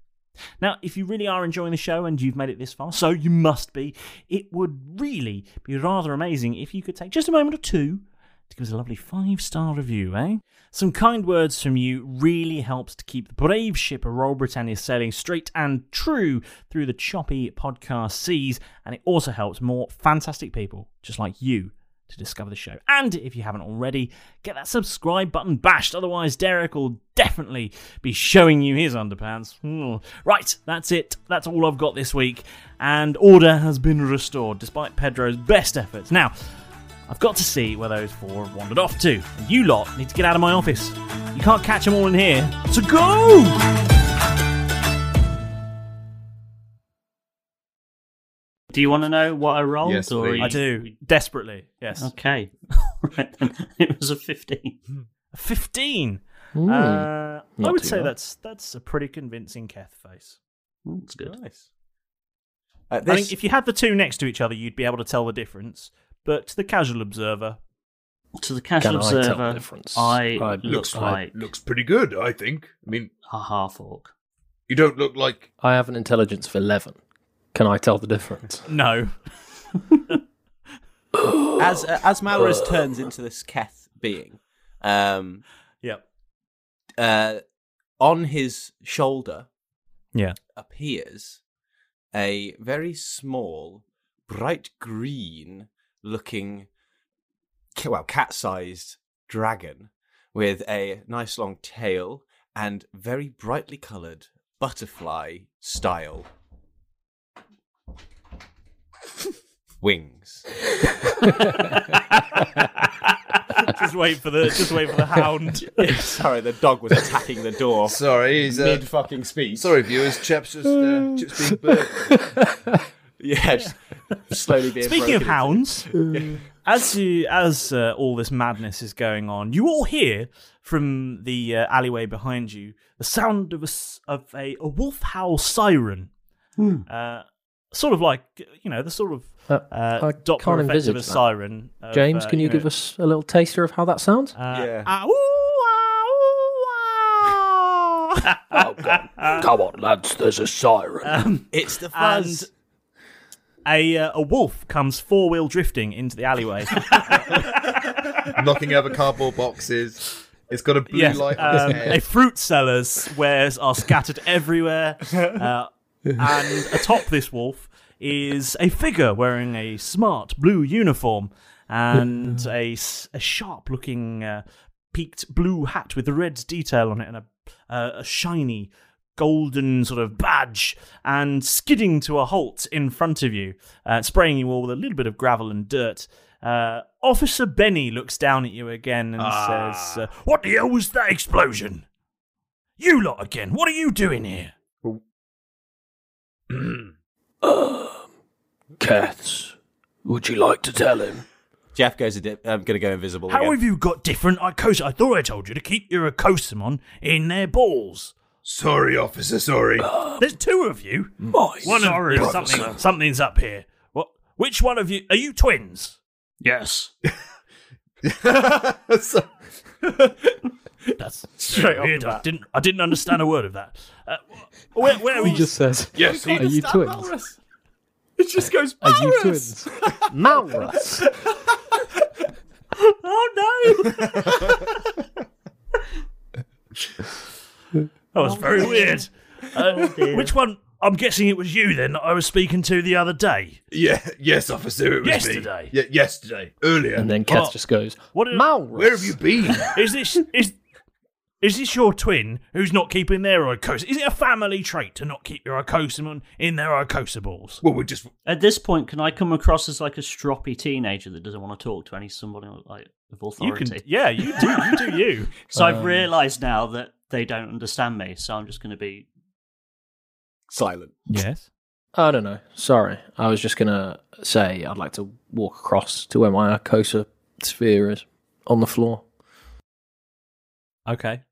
F: Now, if you really are enjoying the show and you've made it this far, so you must be, it would really be rather amazing if you could take just a moment or two to give us a lovely five star review, eh? Some kind words from you really helps to keep the brave ship of Royal Britannia sailing straight and true through the choppy podcast seas, and it also helps more fantastic people just like you to discover the show. And if you haven't already, get that subscribe button bashed, otherwise, Derek will definitely be showing you his underpants. Hmm. Right, that's it. That's all I've got this week, and order has been restored despite Pedro's best efforts. Now, I've got to see where those four have wandered off to. And you lot need to get out of my office. You can't catch them all in here. So go!
J: Do you want to know what I rolled?
F: Yes,
J: or are
F: please.
J: you-
F: I do. Desperately, yes.
J: Okay. right then. It was a 15.
F: A 15?
J: Ooh,
M: Hmm.
F: uh, I
J: not
F: would
J: too
F: say
J: bad.
F: that's that's a pretty convincing Keth face.
J: That's good.
F: Nice.
I: Uh,
F: I
I: this-
F: think if you had the two next to each other, you'd be able to tell the difference. But to the casual observer,
J: to the casual
F: Can I tell the
J: observer,
F: difference?
J: I
F: I-
J: look
F: looks
J: like
F: like-
N: Looks pretty good, I think. I mean,
J: a half orc.
N: You don't look like.
M: I have an intelligence of 11. Can I tell the difference?
F: No.
I: as uh, as Malrus turns into this Keth being, um,
F: Yep.
I: uh, on his shoulder,
F: Yeah.
I: appears a very small, bright green looking, ca- well, cat sized dragon with a nice long tail and very brightly coloured butterfly style wings.
F: just wait for the just wait for the hound.
I: Sorry, the dog was attacking the door.
N: Sorry, he's uh,
I: mid fucking speech.
N: Sorry, viewers. Chaps just uh, chips being burnt.
I: yeah, just slowly being.
F: Speaking of
I: broken into.
F: hounds, as you, as uh, all this madness is going on, you all hear from the uh, alleyway behind you the sound of a s- of a, a wolf howl siren,
J: Hmm.
F: uh, sort of like you know the sort of
M: Uh,
F: uh,
M: I
F: Doppler effect
M: can't envisage
F: of a
M: that.
F: siren. of,
M: James,
F: uh,
M: can you,
F: know,
M: give us a little taster of how that sounds?
F: Uh,
G: Oh, God. Come on, lads, there's a siren.
M: Um,
I: it's the
F: fuzz. a uh, a wolf comes four wheel drifting into the alleyway.
N: Knocking over cardboard boxes. It's got a blue
F: Yes,
N: light on
F: um,
N: its head.
F: a fruit seller's wares are scattered everywhere, uh, and atop this wolf is a figure wearing a smart blue uniform and a, s- a sharp-looking uh, peaked blue hat with a red detail on it and a, uh, a shiny golden sort of badge and skidding to a halt in front of you, uh, spraying you all with a little bit of gravel and dirt. Uh, Officer Benny looks down at you again and says, uh, What the hell was that explosion? You lot again, what are you doing here?
G: Kaths, would you like to tell him
I: Jeff goes. i I'm going to go invisible.
H: How
I: again.
H: have you got different Icos? I thought I told you to keep your Icosamon in their balls.
O: Sorry, officer, sorry.
H: There's two of you. one
O: sorry,
H: of
O: officer.
H: something, something's up here. What? Which one of you are you twins? Yes. That's
O: Straight off
H: weird.
O: the
H: I
O: bat.
H: didn't. I didn't understand a word of that. Uh, where? Where?
M: He just says,
H: Yes,
M: are you twins?
H: It just goes.
M: Are you twins? Malrus.
H: oh no! that was very weird. Uh,
O: Oh, dear.
H: which one? I'm guessing it was you then that I was speaking to the other day.
O: Yeah, yes, officer, it was
H: yesterday.
O: me. Yeah, yesterday, earlier.
M: And then Keth just goes,
H: What? Malrus. Where have you been? is this is is this your twin who's not keeping their icosa? Is it a family trait to not keep your icosamon in their icosa balls?
O: Well, we just
J: At this point, can I come across as like a stroppy teenager that doesn't want to talk to any somebody like of
H: you can.
J: authority?
H: Yeah, you do. You do you.
J: So I've
H: Um,
J: realised now that they don't understand me, so I'm just going to be
I: silent.
H: Yes.
M: I don't know. Sorry. I was just going to say I'd like to walk across to where my Icosa sphere is on the floor.
F: Okay.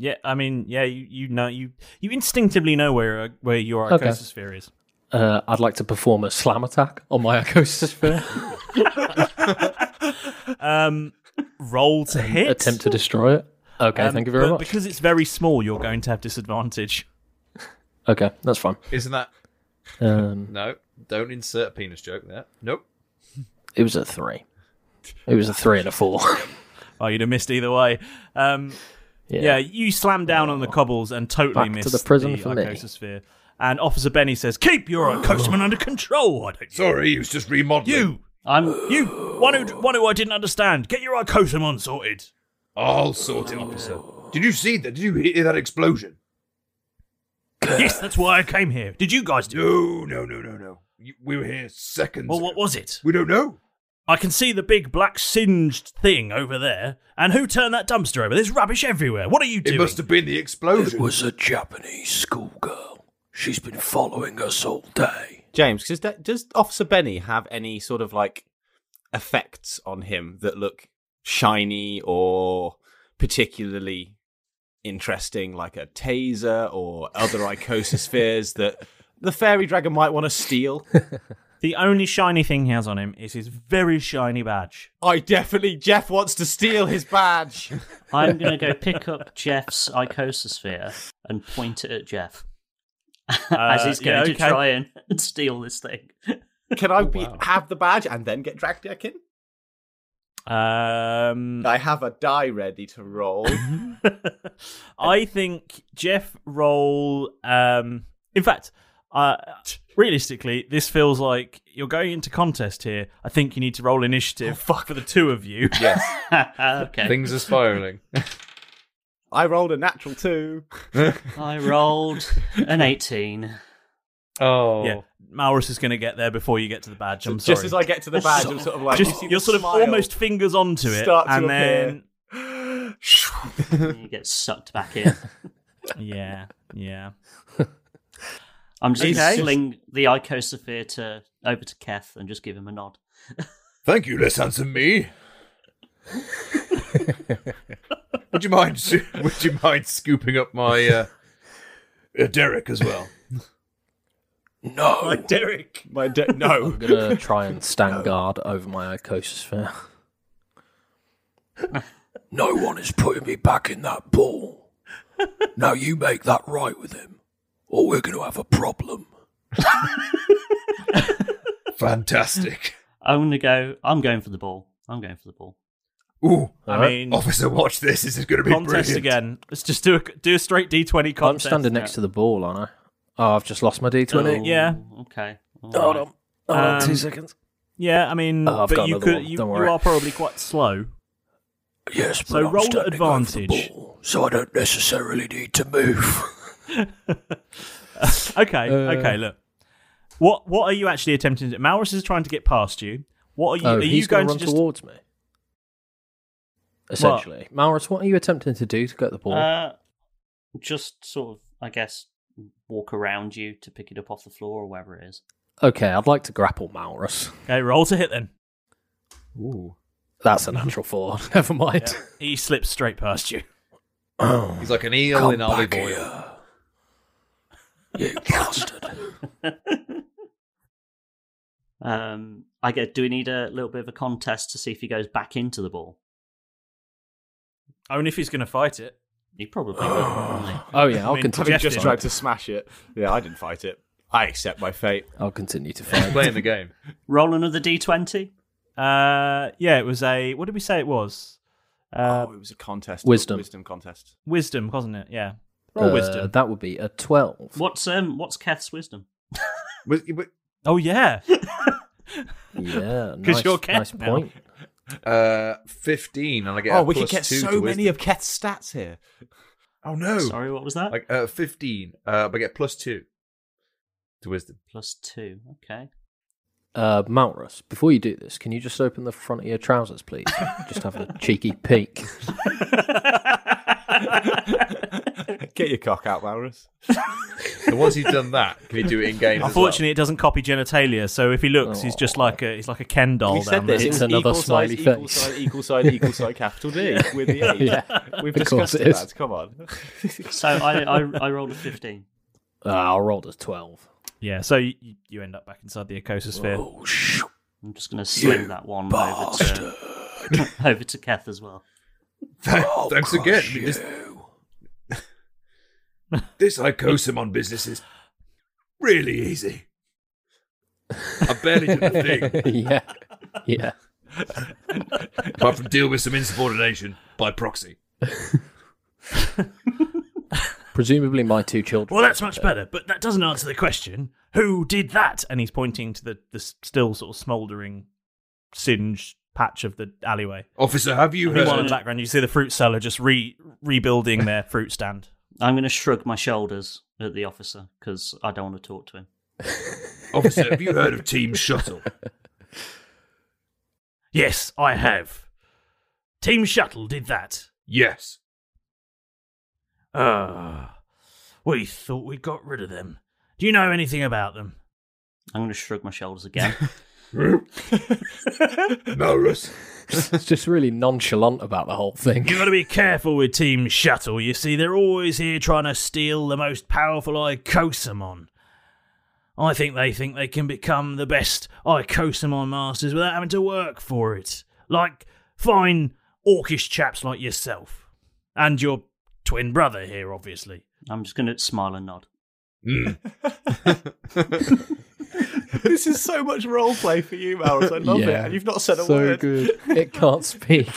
F: Yeah, I mean, yeah, you, you know, you you instinctively know where uh, where your
M: Okay.
F: icosasphere is.
M: Uh, I'd like to perform a slam attack on my Icosa sphere.
F: Um, roll to hit.
M: Attempt to destroy it. Okay,
F: Um,
M: thank you very
F: but
M: much.
F: Because it's very small, you're going to have disadvantage.
M: Okay, that's fine.
N: Isn't that
M: Um,
N: no? Don't insert a penis joke there. Nope.
M: it was a three. It was a three and a four.
F: Oh, you'd have missed either way. Um,
M: Yeah.
F: yeah. you slam down on the cobbles and totally
M: Back to
F: miss
M: the prison for me.
F: icosasphere. And Officer Benny says, "Keep your icosaman under control." I don't.
O: Sorry, he was just remodeling.
F: You,
J: I'm
H: you. One who one who I didn't understand. Get your icosamon sorted.
O: I'll sort it, officer. Did you see that? Did you hear that explosion?
H: yes, that's why I came here. Did you guys do?
O: No, no, no, no, no. You- We were here seconds.
H: Well, what was it?
O: We don't know.
H: I can see the big black singed thing over there. And who turned that dumpster over? There's rubbish everywhere. What are you doing?
O: It must have been the explosion.
G: It was a Japanese schoolgirl. She's been following us all day.
I: James, does, that, does Officer Benny have any sort of like effects on him that look shiny or particularly interesting, like a taser or other icosaspheres that the fairy dragon might want to steal?
F: The only shiny thing he has on him is his very shiny badge.
I: I definitely Jeff wants to steal his badge.
J: I'm going to go pick up Jeff's icosasphere and point it at Jeff as he's
I: Uh,
J: going
I: yeah,
J: to
I: okay.
J: try and, and steal this thing.
I: Can I be, have the badge and then get drag deck in?
F: Um,
I: I have a die ready to roll.
F: I think Jeff roll. Um, in fact, uh, realistically, this feels like you're going into contest here. I think you need to roll initiative
H: Oh,
F: for the two of you.
N: Yes.
J: okay.
N: Things are spiraling.
I: I rolled a natural two.
J: I rolled an 18.
N: Oh.
F: Yeah. Maurus is going to get there before you get to the badge. I'm sorry.
I: Just as I get to the badge, I'm sort of like,
F: Just-
I: you see the
F: you're sort of
I: smile
F: almost fingers onto it,
I: start to
F: and
I: appear.
F: then
J: you get sucked back in.
F: yeah, yeah.
J: I'm just going to
F: Okay.
J: sling the icosasphere to, over to Keth and just give him a nod.
O: Thank you, less handsome me. would you mind? Would you mind scooping up my uh, uh, Derek as well?
G: No.
I: My Derek. My Derek. No.
M: I'm going to try and stand guard over my Icosa sphere.
G: No one is putting me back in that ball. now you make that right with him, or we're going to have a problem.
O: Fantastic.
J: I'm going to go. I'm going for the ball. I'm going for the ball.
O: Ooh,
F: I mean,
O: officer, watch this. This is going to be
F: contest
O: brilliant.
F: again. Let's just do a do a straight D20
M: I'm
F: contest.
M: standing next to the ball, aren't I? Oh, I've just lost my D20.
F: Yeah.
J: Oh, Okay. All right.
M: Hold on. Hold on two
F: Um,
M: seconds.
F: Yeah, I mean,
M: Oh, I've
F: but
M: got
F: you
M: another
F: could
M: one.
F: you,
M: Don't
F: you
M: worry.
F: are probably quite slow.
G: Yes, but
F: So
G: I'm
F: roll at
G: standing over the
F: advantage.
G: ball, so I don't necessarily need to move.
F: okay,
G: Uh,
F: okay. Look, what what are you actually attempting to? do? Maurus is trying to get past you. What are you?
M: Oh,
F: are you
M: he's gonna
F: going to
M: run
F: just?
M: towards me. Essentially, Maurus, what are you attempting to do to get the ball?
J: Uh, just sort of, I guess, walk around you to pick it up off the floor or wherever it is.
M: okay, I'd like to grapple Maurus.
F: Okay, roll to hit then.
N: Ooh.
A: That's a natural four. Never mind.
F: He slips straight past you.
G: Oh,
N: He's like an eel
F: Come
N: in olive
F: back
N: oil.
G: You bastard.
J: Um, I get. Do we need a little bit of a contest to see if he goes back into the ball?
F: Only if he's going to fight it.
J: He probably will. won't
M: Oh,
J: he?
I: Having just tried to smash it. Yeah, I didn't fight it. I accept my fate.
M: I'll continue to fight.
N: Playing the game.
J: Roll another d20.
F: Uh, yeah, it was a. What did we say it was? Uh,
I: oh, it was a contest.
M: Wisdom.
I: Wisdom contest.
F: Wisdom, wasn't it? Yeah. Roll
M: Uh,
F: wisdom.
M: That would be a twelve.
J: What's um? What's Keth's wisdom?
F: Oh yeah.
M: Yeah,
N: Because
M: nice,
N: you're
M: nice
N: Keth now.
M: point.
N: Uh, 15, and I get
I: oh,
N: a
I: we could
N: plus
I: get
N: two
I: so
N: to
I: many
N: wisdom.
I: of Keth's stats here.
N: Oh, no.
J: Sorry, what was that?
N: Like, uh, 15, uh, but I get plus two to wisdom.
J: Plus two. Okay.
M: Uh, Malrus, before you do this, can you just open the front of your trousers, please? just have a cheeky peek.
I: Get your cock out, Maurus.
N: So once he's done that, can he do it in game?
F: Unfortunately, it doesn't copy genitalia, so if he looks,
I: Oh.
F: he's just like a he's like a Ken doll.
I: We
F: down
I: said
F: there.
I: this. It was equal size, equal size, equal side, equal side, capital D with the eight.
F: Yeah.
I: We've
F: Of course
I: discussed
F: it
I: it
F: is.
I: that. Come on.
J: So I I, I rolled a fifteen.
M: Uh, I rolled a twelve.
F: Yeah, so you, you end up back inside the ecosphere.
J: I'm just going to sling that one over to, over to Keth as well.
N: Thanks again. I mean, this, this Icosamon business is really easy. I barely did a thing.
M: yeah. Yeah.
N: Apart from deal with some insubordination by proxy.
M: Presumably, my two children.
F: Well, that's much better, but that doesn't answer the question. Who did that? And he's pointing to the, the s- still sort of smouldering, singed patch of the alleyway.
N: Officer, have you
F: And meanwhile
N: heard-
F: In the background, you see the fruit seller just re rebuilding their fruit stand.
J: I'm going to shrug my shoulders at the officer because I don't want to talk to him.
N: Officer, have you heard of Team Shuttle?
H: Yes, I have. Team Shuttle did that.
N: Yes.
H: Uh,
F: Ah,
H: we thought we got rid of them. Do you know anything about them?
J: I'm going to shrug my shoulders again.
N: Malrus.
M: it's just really nonchalant about the whole thing.
H: You've got to be careful with Team Shuttle. You see, they're always here trying to steal the most powerful Icosamon. I think they think they can become the best Icosamon masters without having to work for it. Like fine orcish chaps like yourself. And your twin brother here, obviously.
J: I'm just going to smile and nod.
I: this is so much role play for you, Maurus. I love it. And you've not said a
M: so
I: word.
M: good. It can't speak.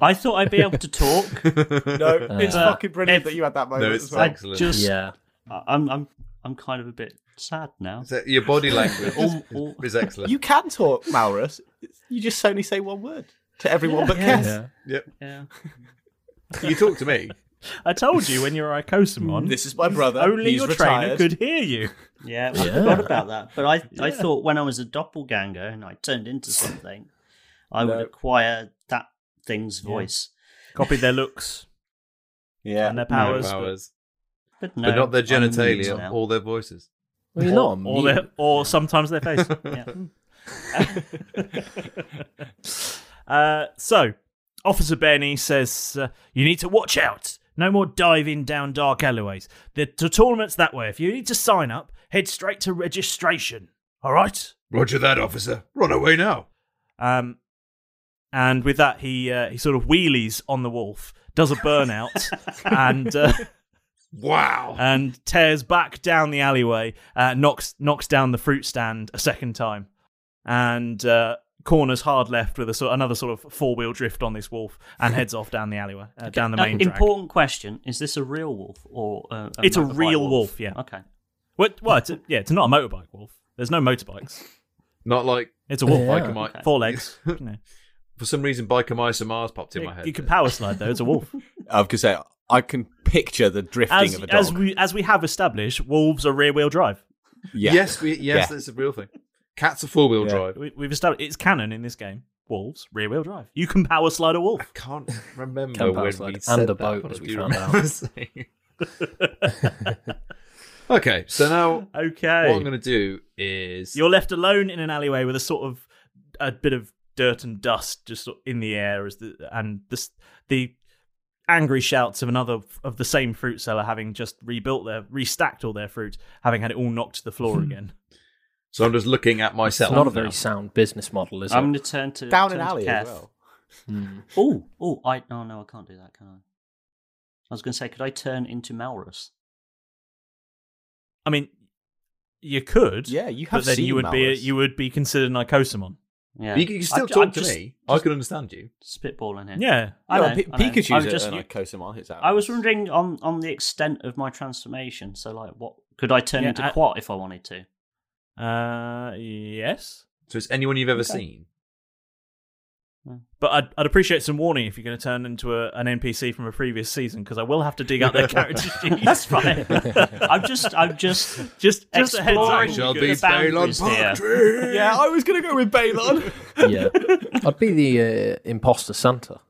J: I thought I'd be able to talk.
I: No, it's
J: Uh,
I: fucking brilliant
J: if-
I: that you had that moment as well.
J: I Just, I- I'm, I'm, I'm kind of a bit sad now.
N: So your body language
J: All-
N: is-
J: all-
N: is excellent.
I: You can talk, Maurus. You just only say one word to everyone
J: Yeah.
I: but
J: Yeah.
I: Keth.
J: Yeah.
N: Yep.
J: Yeah.
N: You talk to me.
F: I told you when you're Icosamon.
I: This is my brother.
F: Only
I: He's
F: your trainer
I: retired.
F: could hear you.
J: Yeah, I
F: Yeah.
J: forgot about that. But I, I
F: Yeah.
J: thought when I was a doppelganger and I turned into something, I would
F: No.
J: acquire that thing's
F: Yeah.
J: voice.
F: Copied their looks.
I: Yeah.
F: And their powers. but-
J: But,
N: but not their
J: I'm mute
N: genitalia
J: now.
N: or their voices.
M: Well, you're not a
F: or,
M: mute.
F: their, or sometimes their face. uh, so, Officer Benny says uh, you need to watch out. No more diving down dark alleyways. The, the tournament's that way. If you need to sign up, head straight to registration. All right.
N: Roger that, officer. Run away now.
F: Um, and with that, he uh, he sort of wheelies on the wolf, does a burnout, and uh,
N: wow,
J: Uh,
F: and tears back down the alleyway, uh, knocks knocks down the fruit stand a second time, and uh, corners hard left with a sort another sort of four wheel drift on this wolf, and heads off down the alleyway, uh, down the
J: Uh,
F: main. drag.
J: important question: Is this a real wolf or a,
F: It's a
J: motorbike
F: real wolf, yeah.
J: Okay.
F: What? Well, it's a, yeah, it's not a motorbike wolf. There's no motorbikes.
N: Not like
F: It's a wolf.
N: Biker Mike.
F: Four legs. you know.
N: For some reason, Biker Mice and Mars popped in my head.
F: You can power slide though. It's a wolf.
I: I was going to say, I can picture the drifting
F: As,
I: of a dog.
F: as we as we have established, wolves are rear wheel drive.
I: Yeah.
N: Yes, we, yes,
I: Yeah.
N: that's a real thing. Cats are four wheel drive.
F: We, we've established it's canon in this game. Wolves rear wheel drive. You can power slide a wolf. I
N: can't remember
F: Can power
N: when
F: slide
N: we
F: and
N: said
F: a
N: that,
F: boat,
N: but I
F: as we
N: do
F: found
N: remember
F: out.
N: saying- okay, so now
F: Okay.
N: what I'm going to do is
F: You're left alone in an alleyway with a sort of a bit of dirt and dust just sort of in the air as the and this the angry shouts of another of the same fruit seller having just rebuilt their restacked all their fruit, having had it all knocked to the floor
J: Hmm.
F: again.
N: So I'm just looking at myself.
M: It's not a very sound business model, is it?
J: I'm going to turn to
M: Down
J: turn
M: an alley
J: To
M: as
J: Kev.
M: well.
F: Hmm.
J: Oh, oh, I no, no, I can't do that, can I? I was going to say, could I turn into Malrus?
F: I mean, you could.
J: Yeah, you
F: But
J: have
F: then
J: seen
F: you would be
J: Malus.
F: you would be considered Nicosamon.
J: Yeah,
N: You can still
J: I-
N: talk
J: I'm
N: to
J: just-
N: me. I could understand you.
J: Spitballing here.
F: Yeah.
J: I
N: No,
J: know.
N: Pi-
J: I know.
N: Pikachu's
J: I'm
N: a-
J: just
N: a
J: you-
N: Nicosamon, it's
J: I was wondering on on the extent of my transformation. So, like, what could I turn
F: Yeah,
J: into
F: I-
J: Quat if I wanted to?
F: Uh, yes.
N: So it's anyone you've ever
J: Okay.
N: seen.
F: But I'd, I'd appreciate some warning if you're going to turn into a, an NPC from a previous season because I will have to dig out their character sheets.
J: That's fine. I'm just, I'm just,
F: just, just a heads up.
J: exploring
F: Shall
J: the
F: be Balon
J: boundaries here.
F: Parktree.
I: yeah, I was going to go with Balon.
M: yeah. I'd be the uh, imposter Santa.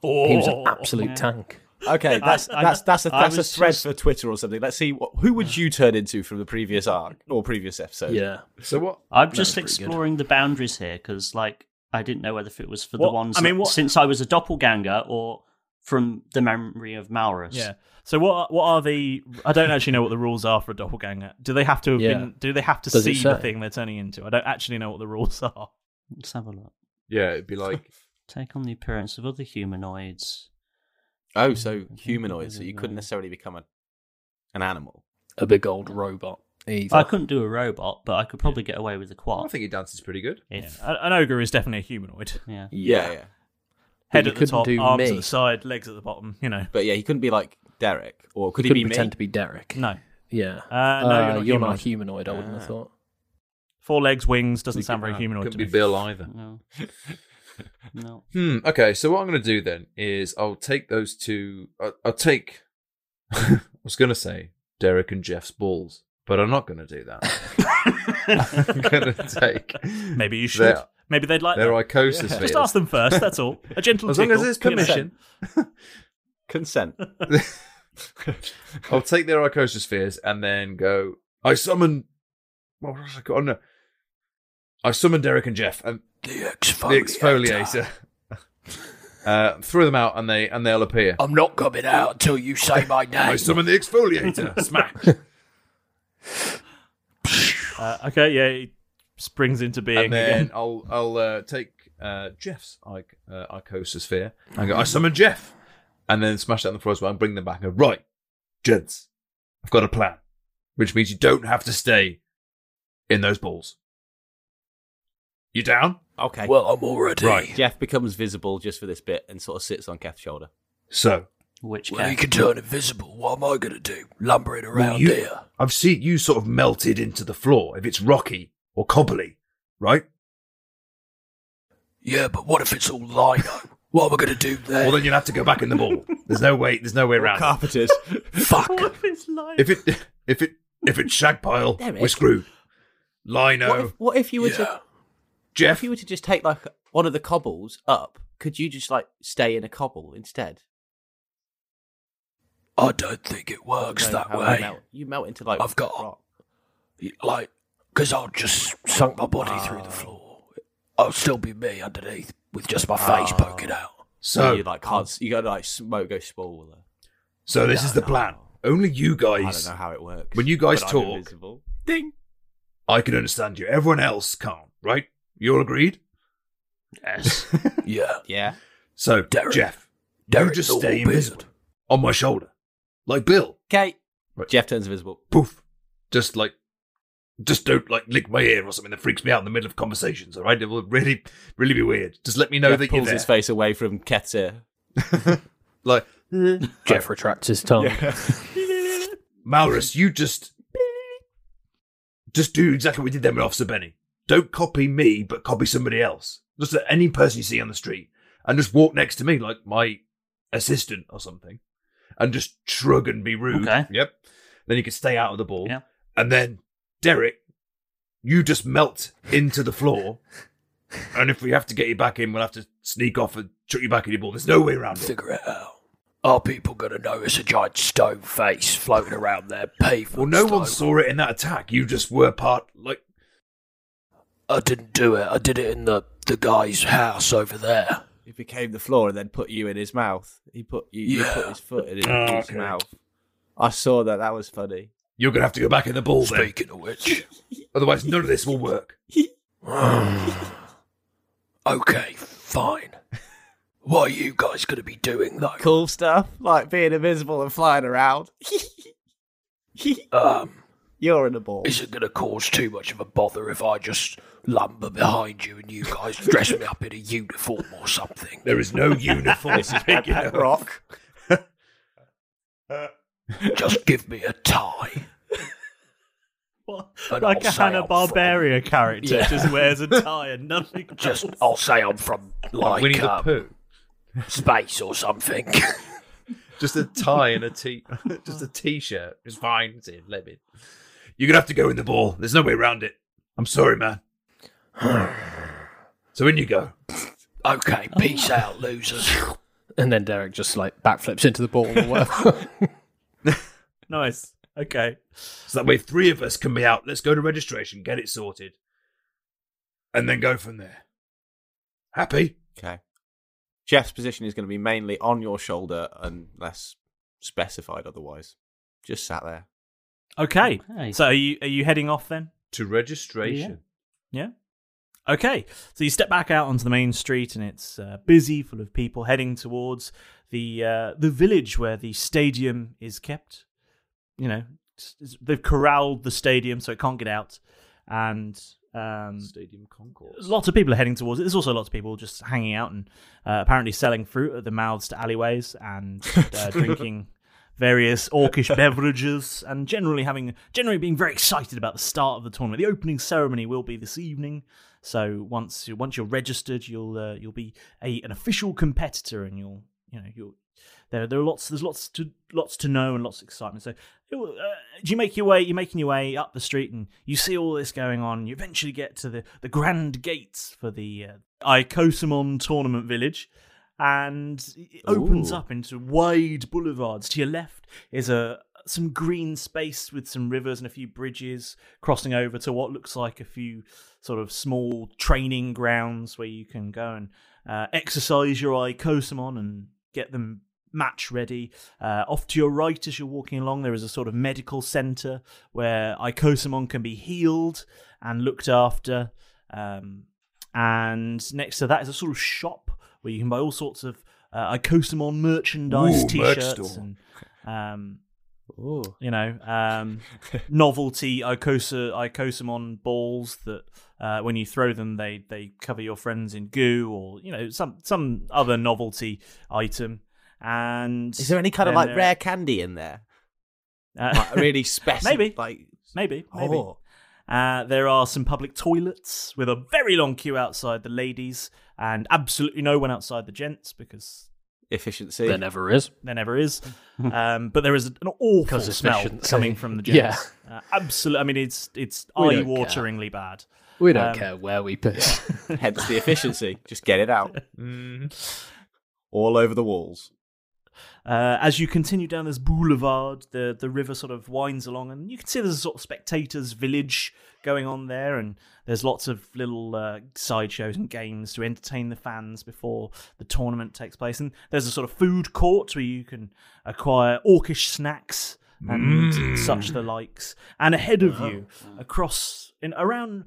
M: He was an
I: Oh.
M: absolute
I: Yeah.
M: tank.
I: Okay, that's
J: I-
I: that's that's a
J: I
I: that's a
J: was
I: thread
J: just-
I: for Twitter or something. Let's see what who would you turn into from the previous arc or previous episode.
M: Yeah.
N: So what?
J: I'm just exploring the boundaries here because, like, I didn't know whether if it was for the
F: What-
J: ones
F: I mean,
J: that-
F: what-
J: since I was a doppelganger or from the memory of Malrus.
F: Yeah. So what what are the? I don't actually know what the rules are for a doppelganger. Do they have to have
J: Yeah.
F: been? Do they have to
J: Does it
F: see the
J: say?
F: thing they're turning into? I don't actually know what the rules are.
J: Let's have a look.
N: Yeah, it'd be like
J: Take on the appearance of other humanoids. Hmm,
I: Oh, so humanoid, so you couldn't necessarily become a an animal.
M: A big old robot.
J: I couldn't do a robot, but I could probably get away with a quad.
N: I think your dance is pretty good.
J: If
F: A- An ogre is definitely a humanoid.
J: Yeah.
I: Yeah, yeah.
F: Head
I: you
F: at the
I: couldn't
F: top,
I: do
F: arms
I: me.
F: at the side, legs at the bottom. You know.
I: But yeah, he couldn't be like Derek, or could he
M: Couldn't
I: be
M: pretend
I: me? Mm.
M: to be Derek.
F: No.
M: Yeah.
F: Uh, no, you're not
M: you're
F: humanoid.
M: not humanoid, I wouldn't have thought.
F: Four legs, wings doesn't
N: You
F: sound very
N: couldn't-
F: humanoid to
N: Couldn't
F: me.
N: be Bill either.
J: No. No.
N: Hmm. Okay. So what I'm going to do then is I'll take those two. I'll, I'll take. I was going to say Derek and Jeff's balls, but I'm not going to do that. I'm going to take.
F: Maybe you should.
N: their-
F: Maybe they'd like
N: their
F: that.
N: icosis
F: Yeah.
N: spheres.
F: Just ask them first. That's all. A gentle
N: As long as
F: tickle,
N: there's
F: you know.
N: permission.
I: Consent.
N: I'll take their icosis spheres and then go. I summon. What was I got? Oh, no. I summon Derek and Jeff and the
G: exfoliator.
N: exfoliator. uh, throw them out and they and they'll appear.
M: Oh,
G: I'm not coming out until you say my name.
N: I summon the exfoliator. Smack.
F: Uh, okay. Yeah. It springs into being
N: and then
F: again.
N: I'll I'll uh, take uh, Jeff's ic- uh, icosa sphere and go. I summon Jeff, and then smash that on the floor as well and bring them back. And go, right, gents, I've got a plan, which means you don't have to stay in those balls. You down?
I: Okay.
G: Well, I'm already.
I: Right. Jeff becomes visible just for this bit and sort of sits on Keth's shoulder.
N: So
J: Which
G: Well, you can turn invisible. What am I going to do? Lumbering around
N: Well, you-
G: here.
N: I've seen you sort of melted into the floor if it's rocky or cobbly, right?
G: Yeah, but what if it's all lino? what am I going to do then?
N: Well, then you'll have to go back in the ball. There's no way. There's no way around.
I: Carpeted.
G: Fuck.
N: If it if it if it's shag pile,
I: Derek.
N: we're screwed. Lino.
I: What if, what if you were to
N: Jeff?
I: If you were to just take like one of the cobbles up, could you just like stay in a cobble instead?
G: I don't think it works
I: No,
G: that
I: how you
G: way.
I: melt- you melt into like
G: I've got
I: rock.
G: Like, because I'll just sunk my body through the floor. I'll still be me underneath with just my face
I: Ah.
G: poking out.
N: So-
I: you like can't s- you got to like smoke go spoiler.
N: So this is the plan. Only you
I: I
N: guys.
I: don't know how it works.
N: When you guys
I: but I'm
N: talk,
I: invisible. ding.
N: I can understand you. Everyone else can't, right? You all agreed?
J: Yes.
G: yeah.
I: Yeah.
N: So,
G: Derek.
N: Jeff,
G: Derek
N: you just
G: the
N: stay
G: Wall
N: invisible on my shoulder, like Bill.
I: Okay. Jeff turns invisible.
N: Poof. Just like, just don't like lick my ear or something that freaks me out in the middle of conversations. All right, it will really, really be weird. Just let me know
I: Jeff
N: that you're
I: pulls
N: there.
I: his face away from Keth's ear.
N: like
M: Jeff retracts his tongue.
N: Malrus, you just just do exactly what we did then with Officer Benny. Don't copy me, but copy somebody else. Just let any person you see on the street, and just walk next to me like my assistant or something, and just shrug and be rude.
J: Okay.
N: Yep. Then you can stay out of the ball.
J: Yeah.
N: And then Derek, you just melt into the floor. and if we have to get you back in, we'll have to sneak off and chuck you back in your ball. There's no way around it.
G: Figure it out. Are people going to notice a giant stone face floating around their pavement?
N: Well, no one saw it in that attack. You just were part like
G: I didn't do it. I did it in the, the guy's house over there.
I: He became the floor and then put you in his mouth. He put you, you
G: Yeah.
I: put his foot in his,
G: Oh,
I: his
G: okay.
I: mouth. I saw that. That was funny.
N: You're gonna have to go back in the ball. then.
G: Speaking of which,
N: Otherwise, none of this will work.
G: okay, fine. What are you guys going to be doing though?
I: Cool stuff like being invisible and flying around.
G: Um,
I: You're in a ball.
G: Is it going to cause too much of a bother if I just lumber behind you and you guys dress me up in a uniform or something?
N: There is no uniform This is big Pet enough. Rock.
G: just give me a tie.
P: What?
G: And
P: Like
G: I'll
P: a
G: say I'm
P: Hanna Barbera
G: from-
P: character
G: Yeah.
P: just wears a tie and nothing.
G: Just I'll say I'm from like
N: Winnie the
G: um,
N: Pooh.
G: space or something.
N: Just a tie and a t, just a t-shirt. It's fine. It's in. Let me. You're gonna have to go in the ball. There's no way around it. I'm sorry, man. so in you go.
G: Okay, peace out, losers.
M: Oh, And then Derek just like backflips into the ball or whatever.
N: Nice. Okay. So that way, three of us can be out. Let's go to registration, get it sorted, and then go from there. Happy?
I: Okay. Jeff's position is going to be mainly on your shoulder unless specified otherwise. Just sat there.
F: Okay. So are you are you heading off then?
N: To registration.
F: Yeah. Okay. So you step back out onto the main street and it's uh, busy, full of people heading towards the uh, the village where the stadium is kept. You know, it's- it's- they've corralled the stadium so it can't get out, and um,
N: stadium concourse.
F: Lots of people are heading towards it. There's also lots of people just hanging out and uh, apparently selling fruit at the mouths to alleyways and uh, drinking various orcish beverages and generally having generally being very excited about the start of the tournament. The opening ceremony will be this evening, so once you, once you're registered, you'll uh, you'll be a, an official competitor and you'll you know you'll there there are lots there's lots to lots to know and lots of excitement. So it will, uh, do you make your way? You're making your way up the street and you see all this going on. You eventually get to the the grand gates for the uh, Icosamon tournament village. And it opens
P: Ooh.
F: up into wide boulevards. To your left is a some green space with some rivers and a few bridges crossing over to what looks like a few sort of small training grounds where you can go and uh, exercise your icosamon and get them match ready. Uh, off to your right as you're walking along, there is a sort of medical center where icosamon can be healed and looked after. Um, and next to that is a sort of shop where you can buy all sorts of uh, icosamon merchandise,
N: Ooh, merch
F: t-shirts,
N: store.
F: and um, you know, um, novelty icosa icosamon balls that uh, when you throw them, they they cover your friends in goo or you know some some other novelty item. And
I: Is there any kind of
F: then
I: like
M: uh,
F: there-
I: rare candy in there?
F: Uh,
I: Like, really special.
F: Maybe.
I: Like,
F: Maybe, maybe.
I: Oh.
F: Uh, there are some public toilets with a very long queue outside the ladies, and absolutely no one outside the gents because
I: efficiency.
F: There never is. There never is. um, but there is an awful
M: 'Cause
F: smell
M: efficiency.
F: coming from the
M: Yeah.
F: gents. Uh, absolutely. I mean, it's it's
M: We don't
F: eye-wateringly bad.
M: We don't
F: Um,
M: care where we piss.
I: Hence the efficiency. Just get it out.
N: Mm-hmm.
I: All over the walls.
F: Uh, as you continue down this boulevard, the, the river sort of winds along, and you can see there's a sort of spectators' village going on there, and there's lots of little uh, sideshows and games to entertain the fans before the tournament takes place. And there's a sort of food court where you can acquire orcish snacks and
P: Mm.
F: such the likes. And ahead of you, across in around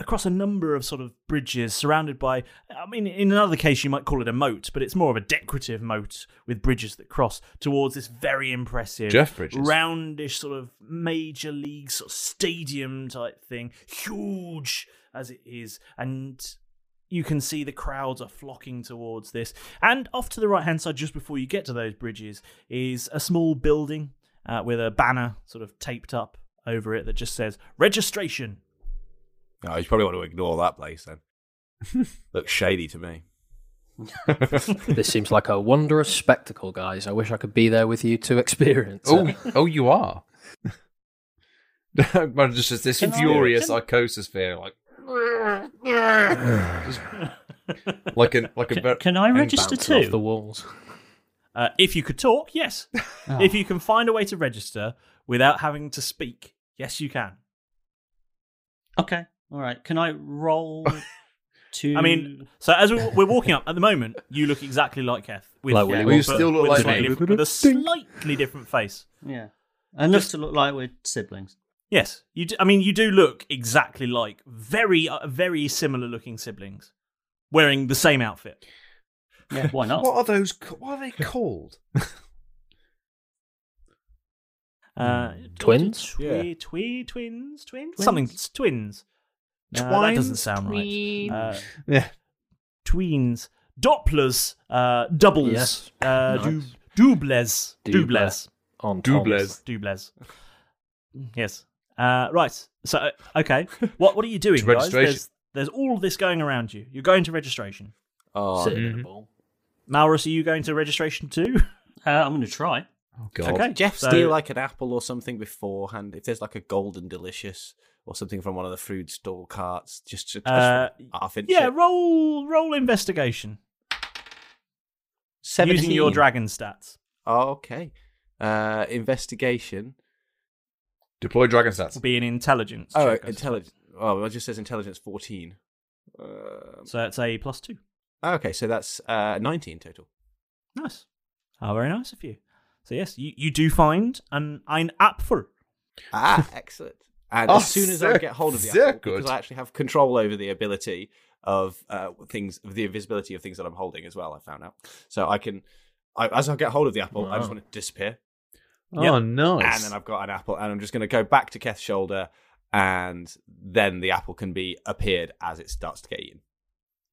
F: across a number of sort of bridges surrounded by i mean in another case you might call it a moat but it's more of a decorative moat with bridges that cross towards this very impressive
N: Jeff bridges.
F: roundish sort of major league sort of stadium type thing huge as it is and you can see the crowds are flocking towards this and off to the right hand side just before you get to those bridges is a small building uh, with a banner sort of taped up over it that just says registration
I: Oh, you probably want to ignore that place then. Looks shady to me.
M: this seems like a wondrous spectacle, guys. I wish I could be there with you to experience.
N: Oh,
M: it.
N: oh, you are. Man, just as this
P: Can I-
N: furious
P: can-
N: icososphere, like just like an like a. ver-
J: can I
N: and
J: register
N: bouncing off
J: too?
N: the wall.
M: Balls.
F: Uh, if you could talk, yes.
J: Oh.
F: If you can find a way to register without having to speak, yes, you can.
J: Okay. All right. Can I roll to?
F: I mean, so as we, we're walking up at the moment, you look exactly like Keth.
J: Like Willy Well, you
F: but
J: still look
F: with
J: like
F: slightly
J: me.
F: different- With a slightly different face.
J: yeah, and looks to look like we're siblings.
F: Yes, you. Do, I mean, you do look exactly like very, uh, very similar looking siblings, wearing the same outfit.
J: Yeah, why not?
N: What are those? ca- What are they called?
F: Uh,
J: Mm.
M: Twins?
F: Twe- twe- twins, twins,
M: Twins?
F: something. s- Twins. No, that doesn't
M: Twines?
F: sound right.
M: Tween.
F: Uh,
N: yeah.
F: Tweens, Dopplers, uh, doubles,
M: Yes.
F: uh,
M: Nice.
F: du- doubles,
M: Double-
F: doubles,
M: on Doubles.
F: doubles. Yes. Uh, right. So, uh, okay. What What are you doing,
N: To
F: guys?
N: registration.
F: There's, there's all this going around you. You're going to registration.
I: Oh,
M: Sitting in a ball.
F: Malrus, are you going to registration too?
J: Uh, I'm going to try.
N: Oh
F: Okay,
I: Jeff,
F: so-
I: steal like an apple or something beforehand. If there's like a golden delicious or something from one of the food stall carts, just to
F: Uh,
I: half inch.
F: yeah.
I: it.
F: Roll Roll investigation. Using your
I: 17.
F: dragon stats.
I: Oh, okay. Uh, investigation.
N: Deploy dragon stats.
F: Will be an intelligence.
I: Oh,
F: check, I
I: intelligence. Oh, it just says intelligence fourteen. Ah,
F: suppose. So that's a plus two.
I: Okay, so that's uh, nineteen total.
F: Nice. How very nice of you. So yes, you, you do find an ein apfel.
I: Ah, excellent. And
F: Oh,
I: as soon as I
F: so-
I: get hold of the
F: so
I: apple, because
F: good.
I: I actually have control over the ability of uh, things, of the invisibility of things that I'm holding as well. I found out, so I can, I, as I get hold of the apple, I just
N: Wow.
I: want to disappear.
N: Oh, nice.
I: And then I've got an apple, and I'm just going to go back to Keth's shoulder, and then the apple can be appeared as it starts to get eaten.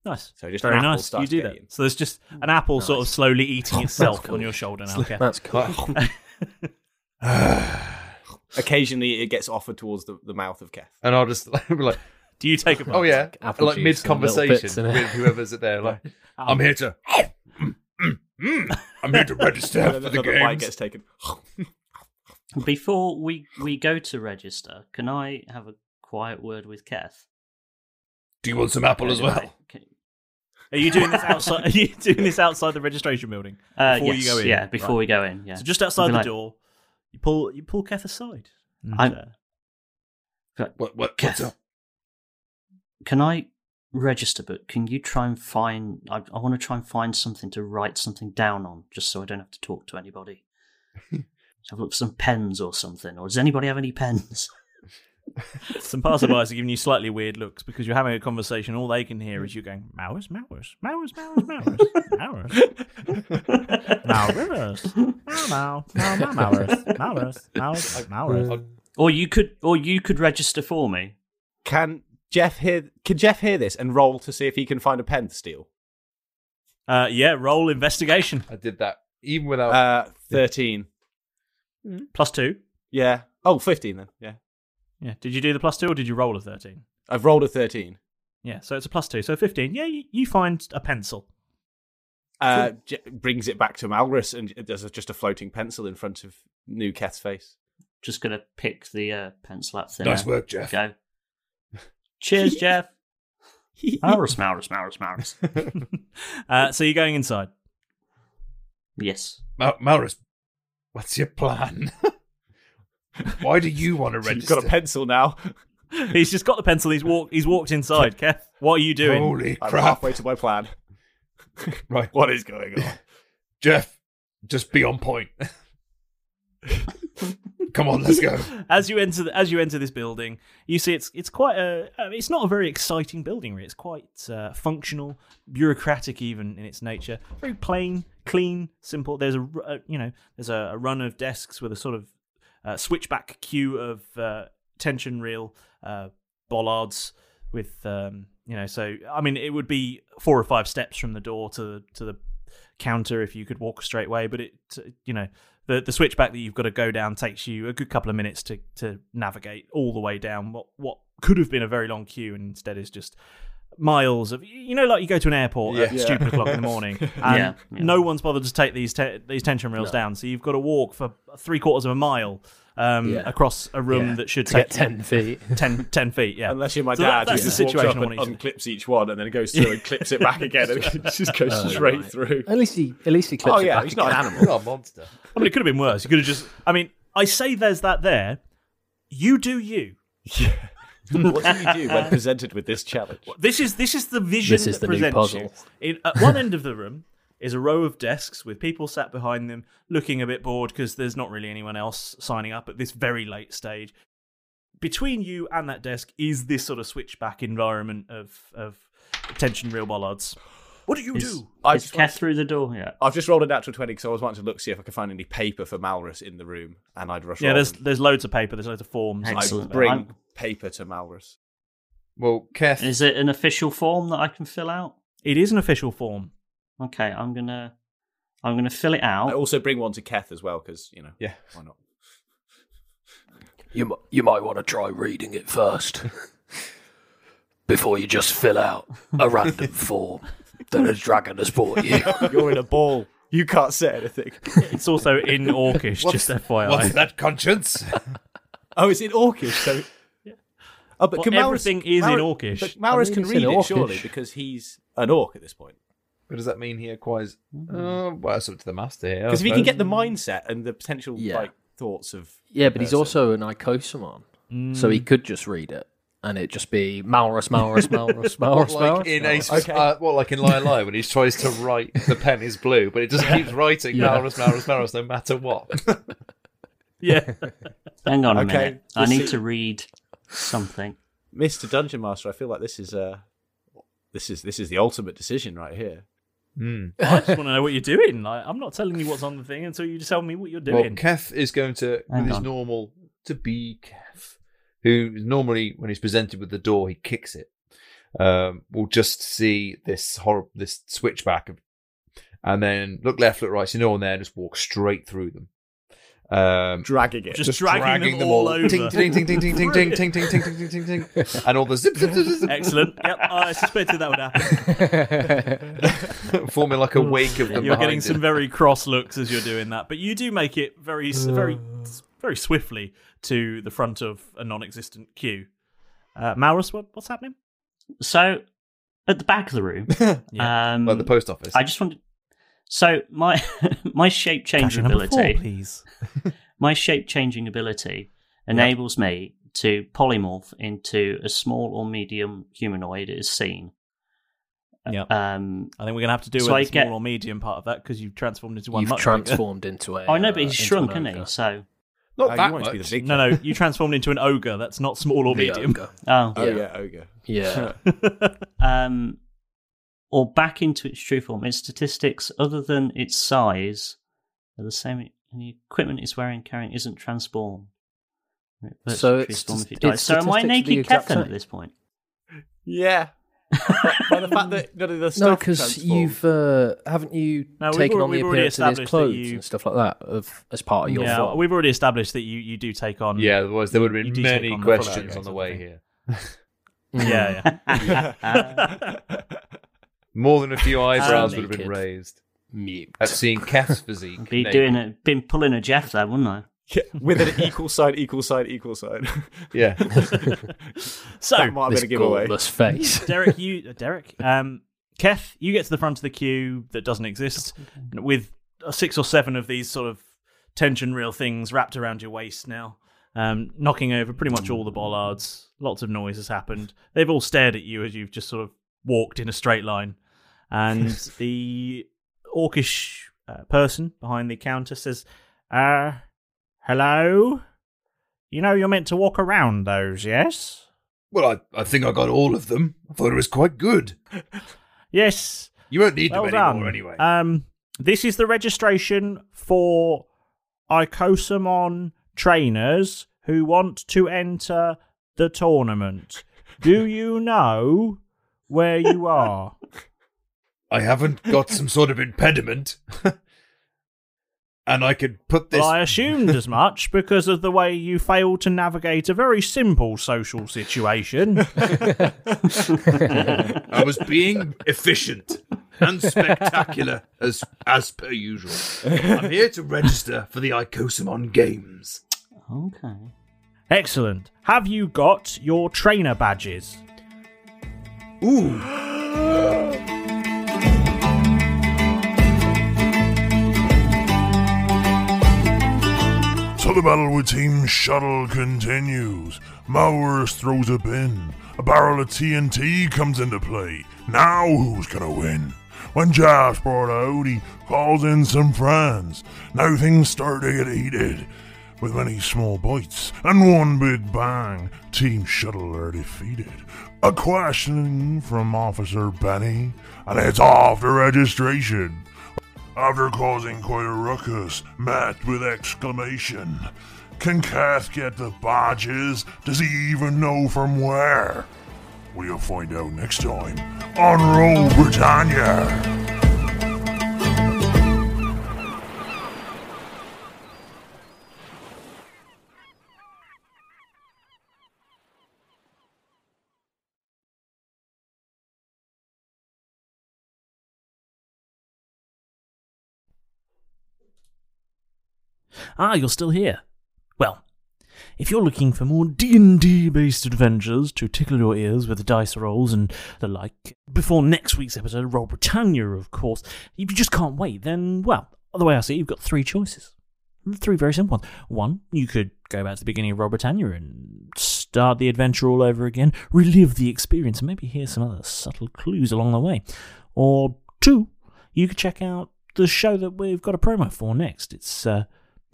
F: Nice.
I: So just
F: very
I: an apple
F: nice. You
I: starts
F: do
I: to get
F: that. So there's just an apple sort of slowly eating itself on your shoulder now. Kev.
I: Occasionally, it gets offered towards the, the mouth of Keth.
N: And I'll just be like,
F: "Do you take a?"
N: Oh yeah,
I: Like apple
N: like
I: juice
N: mid
I: and
N: conversation
I: little bits in
N: with
I: it.
N: whoever's at there. Like, I'm here to. I'm here to register
I: And
N: for
I: then
N: the
I: another bite
N: games.
I: gets taken.
J: Before we we go to register, can I have a quiet word with Keth?
N: Do you want some apple
J: Okay,
N: as well?
J: right. Okay.
F: Are you doing this outside? Are you doing this outside the registration building
J: Uh,
F: before
J: yes,
F: you go in?
J: yeah, before we go in, yeah.
F: So just outside
J: Be
F: the
J: like-
F: door, you pull you pull Keth aside.
J: I'm-
F: uh,
N: What? What?
J: Keth, Can I register? But can you try and find? I, I want to try and find something to write something down on, just so I don't have to talk to anybody. Let's have a look for some pens or something. Or does anybody have any pens?
F: some passerbys are giving you slightly weird looks because you're having a conversation. All they can hear is you going Mowers, Mowers, Mowers, Mowers, Mowers, Mowers, Mowers, Mow, Mow, Mow, Mow, Mowers, Mowers, Mowers, Mowers.
J: Or you could, or you could register for me.
I: Can Jeff hear? Can Jeff hear this and roll to see if he can find a pen to steal?
F: Uh, yeah, roll investigation.
N: I did that even without
I: uh, thirteen.
F: Plus two.
I: Yeah. Oh, 15 then. Yeah.
F: Yeah. Did you do the plus two or did you roll a thirteen?
I: I've rolled a thirteen.
F: Yeah. So it's a plus two. So fifteen. Yeah. You, you find a pencil.
I: Uh, J- brings it back to Malrus, and there's a- just a floating pencil in front of New Keth's face.
J: Just gonna pick the uh, pencil up. Thin
N: Nice
J: air.
N: work, Jeff.
J: Go. Cheers, Jeff. Maurus, Maurus, Maurus, Maurus.
F: Uh, so you're going inside.
J: Yes.
N: Ma- Maurus, what's your plan? Why do you want to
I: You've
N: register?
I: got a pencil now.
F: He's just got the pencil. He's walked. He's walked inside. Kev, what are you doing?
N: Holy
I: I'm
N: crap!
I: halfway to my plan.
N: Right,
I: What is going on?
N: Jeff, just be on point. Come on, let's go.
F: As you enter, the, as you enter this building, you see it's it's quite a. I mean, It's not a very exciting building. Really, it's quite uh, functional, bureaucratic even in its nature. Very plain, clean, simple. There's a r- uh, you know there's a, a run of desks with a sort of uh, switchback queue of uh, tension reel uh, bollards with um, you know. So I mean, it would be four or five steps from the door to to the counter if you could walk a straight way, but it you know the the switchback that you've got to go down takes you a good couple of minutes to to navigate all the way down what what could have been a very long queue and instead is just miles of you know like you go to an airport at
N: Yeah.
F: stupid
N: Yeah.
F: o'clock in the morning and
J: Yeah, yeah.
F: no one's bothered to take these te- these tension reels
J: No.
F: down so you've got to walk for three quarters of a mile um,
M: Yeah.
F: across a room
M: Yeah.
F: that should
M: To
F: take
M: get 10 feet.
F: 10, 10 feet yeah
I: Unless you're my
F: So
I: dad,
F: that-
I: who
F: that's the
I: just walks
F: situation I
I: up and
F: wanted to-
I: unclips each one and then goes through and clips it back again and just goes
M: Oh,
I: straight
M: right.
I: through.
M: At least he, at least he clips
I: Oh,
M: it
I: yeah,
M: back
I: he's not an
M: again.
I: animal.
N: You're not a monster.
F: I mean, it could have been worse. You could have just. I mean, I say there's that there. You do you.
I: what do you do when presented with this challenge?
F: This is this is the vision
I: This is
F: that
I: the new
F: presents
I: puzzle.
F: you. In, at one end of the room is a row of desks with people sat behind them, looking a bit bored because there's not really anyone else signing up at this very late stage. Between you and that desk is this sort of switchback environment of of attention, real bollards. What do you
J: Is-
F: do?
J: is Keth through the door yet?
I: I've just rolled a natural 20 because I was wanting to look, see if I could find any paper for Malrus in the room, and I'd rush
F: Yeah,
I: roll
F: there's
I: and
F: there's loads of paper, there's loads of forms.
I: I would bring paper to Malrus.
N: Well, Keth,
J: is it an official form that I can fill out?
F: It is an official form.
J: Okay, I'm gonna, I'm gonna fill it out.
I: I also bring one to Keth as well because, you know,
N: Oh. yeah.
I: why not?
G: You, mi- you might want to try reading it first before you just fill out a random form that a dragon has brought you.
I: You're in a ball. You can't say anything.
F: It's also in Orcish, just FYI.
N: that conscience?
I: oh, it's in Orcish, so. Oh, but
F: Well,
I: can Malrus-
F: everything is in
I: Malrus-
F: Orcish.
I: But
F: I
I: Malrus
F: mean,
I: can
F: it's
I: read
F: in
I: it,
F: Orcish.
I: surely, because he's an orc at this point.
N: But does that mean he acquires? Uh, well, it's up to the master here. I
I: Because if he can
N: suppose.
I: get the mindset and the potential
N: Yeah.
I: like thoughts of
M: Yeah, but he's
I: person.
M: also an Icosomon, so he
I: Mm.
M: could just read it and it'd just be Malrus, Malrus, Malrus,
N: What,
M: Malrus,
N: like
M: Malrus.
N: in
M: Malrus.
N: Ace, uh, what like in Lion Lion when he tries to write the pen is blue, but it just keeps writing
M: Yeah.
N: Malrus, Malrus, Malrus, no matter what.
F: yeah.
J: Hang on a
I: Okay,
J: minute. I
I: let's
J: need
I: see.
J: to read something.
I: Mr. Dungeon Master, I feel like this is uh this is this is the ultimate decision right here.
N: Hmm.
F: I just want to know what you're doing. Like, I'm not telling you what's on the thing until you tell me what you're
N: Well,
F: doing.
N: Keth is going to with
F: Hang
N: his
F: on.
N: normal to be Keth, who normally when he's presented with the door he kicks it. Um, we'll just see this horror, this switchback, of, and then look left, look right, see no one there, and just walk straight through them. Um,
I: dragging it,
F: Just dragging them all over.
N: Ting, ting, ting, ting, ting, ting, ting, ting, ting, ting, ting, ting, ting, ting, and all the zip, zip, zip, zip, zip.
F: Excellent. Yep, I suspected that would happen.
N: forming like a wake of them.
F: You're
N: behind
F: getting
N: him.
F: some very cross looks as you're doing that, but you do make it very, s- very, s- very swiftly to the front of a non-existent queue. Uh, Maurus, what, what's happening?
J: So, at the back of the room, um,
N: Like the post office.
J: I just wanted. So my my shape changing
F: Cashier number four,
J: ability,
F: please.
J: my shape changing ability enables me to polymorph into a small or medium humanoid as seen.
F: Yeah.
J: Um,
F: Uh, I think we're gonna have to do
J: so
F: with
J: I
F: the small
J: get-
F: or medium part of that because you've transformed into one.
M: You've
F: much bigger.
M: transformed into a.
J: Oh, I know, but
M: uh,
J: he's
M: into
J: shrunk,
M: an
J: isn't he?
M: ogre.
J: So
N: Not that
I: Oh, you want it to be
N: much.
I: the big
F: No, no, you transformed into an ogre. That's not small or
M: The
F: medium.
M: ogre.
J: Oh.
I: Oh yeah, ogre.
M: Yeah.
J: um, or back into its true form. Its statistics, other than its size, are the same. Any equipment it's wearing carrying isn't transformed. It reverts
M: So
J: to
M: it's
J: transform if it
M: st-
J: dies.
M: its
J: so am I
M: statistics are the
J: naked
M: exact
J: Kevin at
M: same.
J: this point?
I: Yeah. By the fact that none of the
M: No,
I: stuff
M: because
I: transformed.
M: you've uh, haven't you
F: No, we've
M: taken
F: al-
M: on the
F: we've already
M: appearance of
F: established
M: his
F: that
M: clothes
F: you-
M: and stuff like that of, as part of your
F: yeah,
M: form?
F: we've already established that you, you do take on.
N: Yeah, otherwise there would have
F: you do
N: been
F: take
N: many
F: on the full
N: questions
F: outfit
N: on the
F: or
N: way
F: something.
N: here.
F: Yeah, yeah.
N: More than a few eyebrows
M: Um,
N: would have
M: naked.
N: been raised
M: Mute.
N: at seeing Keth's physique.
J: Be
N: naked.
J: doing it, been pulling a Jeff there, wouldn't I?
I: Yeah, with an equal side, equal side, equal side.
N: Yeah.
F: So,
I: that might have
M: this
I: been a giveaway.
M: gormless face.
F: Derek, you uh, Derek, um, Keth, you get to the front of the queue that doesn't exist with uh, six or seven of these sort of tension reel things wrapped around your waist now, um, knocking over pretty much all the bollards. Lots of noise has happened. They've all stared at you as you've just sort of walked in a straight line, and the orcish uh, person behind the counter says, "Uh, hello." You know you're meant to walk around those, yes?
N: Well, I, I think I got all of them. I thought it was quite good.
F: Yes.
N: You won't need
F: well
N: them
F: done.
N: anymore anyway.
F: Um, this is the registration for Icosamon trainers who want to enter the tournament. Do you know where you are?
N: I haven't got some sort of impediment. and I could put this.
F: Well, I assumed as much because of the way you failed to navigate a very simple social situation.
N: I was being efficient and spectacular as as per usual. I'm here to register for the Icosamon Games.
J: Okay.
F: Excellent. Have you got your trainer badges?
N: Ooh.
D: So
O: So the battle with Team Shuttle continues. Maurus throws a pin. A barrel of TNT comes into play. Now who's gonna win? When Josh Bartoli calls in some friends, now things start to get heated. With many small bites and one big bang, Team Shuttle are defeated. A questioning from Officer Benny, and it's off to registration. After causing quite a ruckus, met with exclamation. Can Kath get the badges? Does he even know from where? We'll find out next time on Roll Britannia.
F: Ah, you're still here. Well, if you're looking for more D&D based adventures to tickle your ears with dice rolls and the like, before next week's episode, Roll Britannia, of course, if you just can't wait, then, well, the way I see it, you've got three choices. Three very simple ones. One, you could go back to the beginning of Roll Britannia and start the adventure all over again, relive the experience, and maybe hear some other subtle clues along the way. Or two, you could check out the show that we've got a promo for next. It's uh,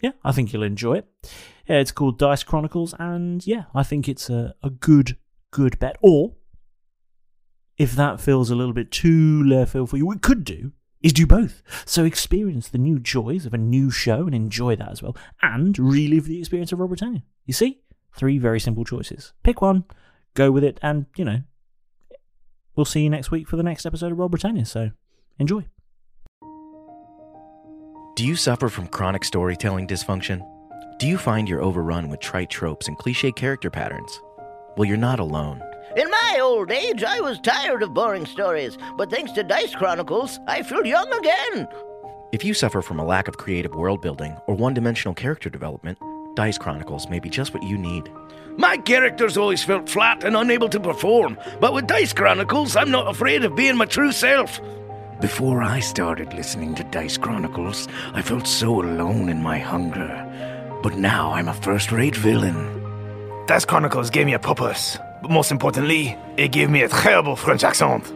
F: yeah, I think you'll enjoy it. Yeah, it's called Dice Chronicles, and yeah, I think it's a, a good, good bet. Or, if that feels a little bit too left field for you, what we could do is do both. So experience the new joys of a new show and enjoy that as well, and relive the experience of Royal Britannia. You see? Three very simple choices. Pick one, go with it, and, you know, we'll see you next week for the next episode of Royal Britannia, so enjoy.
Q: Do you suffer from chronic storytelling dysfunction? Do you find you're overrun with trite tropes and cliche character patterns? Well, you're not alone.
K: In my old age, I was tired of boring stories, but thanks to Dice Chronicles, I feel young again.
Q: If you suffer from a lack of creative world building or one dimensional character development, Dice Chronicles may be just what you need.
R: My character's always felt flat and unable to perform, but with Dice Chronicles, I'm not afraid of being my true self.
S: Before I started listening to Dice Chronicles, I felt so alone in my hunger. But now I'm a first rate villain.
T: Dice Chronicles gave me a purpose, but most importantly, it gave me a terrible French accent.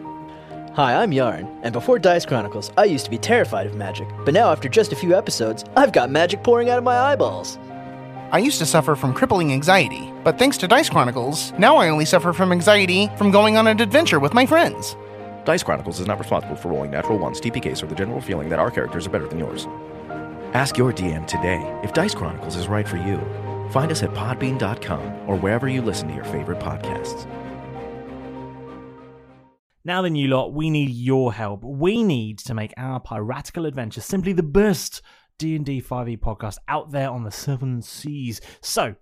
U: Hi, I'm Yarn, and before Dice Chronicles, I used to be terrified of magic, but now after just a few episodes, I've got magic pouring out of my eyeballs.
V: I used to suffer from crippling anxiety, but thanks to Dice Chronicles, now I only suffer from anxiety from going on an adventure with my friends.
Q: Dice Chronicles is not responsible for rolling natural ones, TPKs, or the general feeling that our characters are better than yours. Ask your DM today if Dice Chronicles is right for you. Find us at podbean.com or wherever you listen to your favorite podcasts.
F: Now then, you lot, we need your help. We need to make our piratical adventure simply the best D&D 5e E podcast out there on the seven seas. So,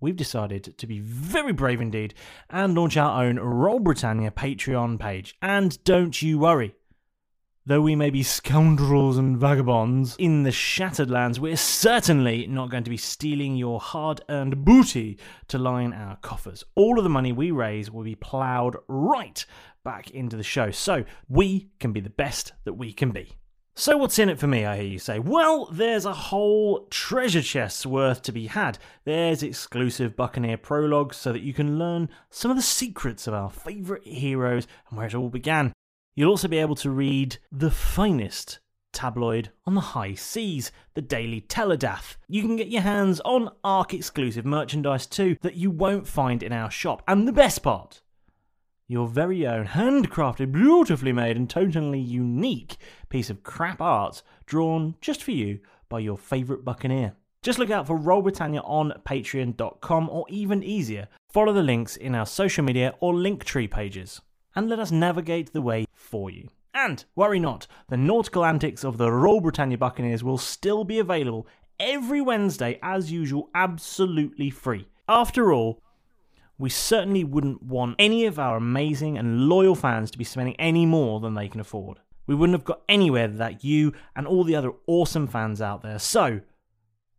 F: we've decided to be very brave indeed and launch our own Roll Britannia Patreon page. And don't you worry, though we may be scoundrels and vagabonds in the Shattered Lands, we're certainly not going to be stealing your hard earned booty to line our coffers. All of the money we raise will be ploughed right back into the show, so we can be the best that we can be. So, what's in it for me, I hear you say? Well, there's a whole treasure chest's worth to be had. There's exclusive Buccaneer prologues so that you can learn some of the secrets of our favourite heroes and where it all began. You'll also be able to read the finest tabloid on the high seas, the Daily Teledath. You can get your hands on ARC exclusive merchandise too that you won't find in our shop. And the best part your very own handcrafted, beautifully made, and totally unique piece of crap art drawn just for you by your favourite buccaneer. Just look out for Roll Britannia on patreon.com or even easier, follow the links in our social media or Linktree pages and let us navigate the way for you. And worry not, the nautical antics of the Royal Britannia Buccaneers will still be available every Wednesday, as usual, absolutely free. After all, we certainly wouldn't want any of our amazing and loyal fans to be spending any more than they can afford. We wouldn't have got anywhere without you and all the other awesome fans out there. So,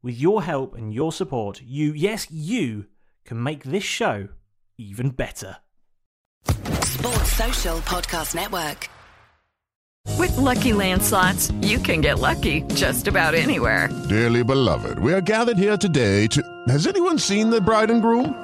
F: with your help and your support, you, yes, you, can make this show even better.
W: Sports Social Podcast Network.
E: With Lucky Land slots, you can get lucky just about anywhere.
D: Dearly beloved, we are gathered here today to. Has anyone seen the bride and groom?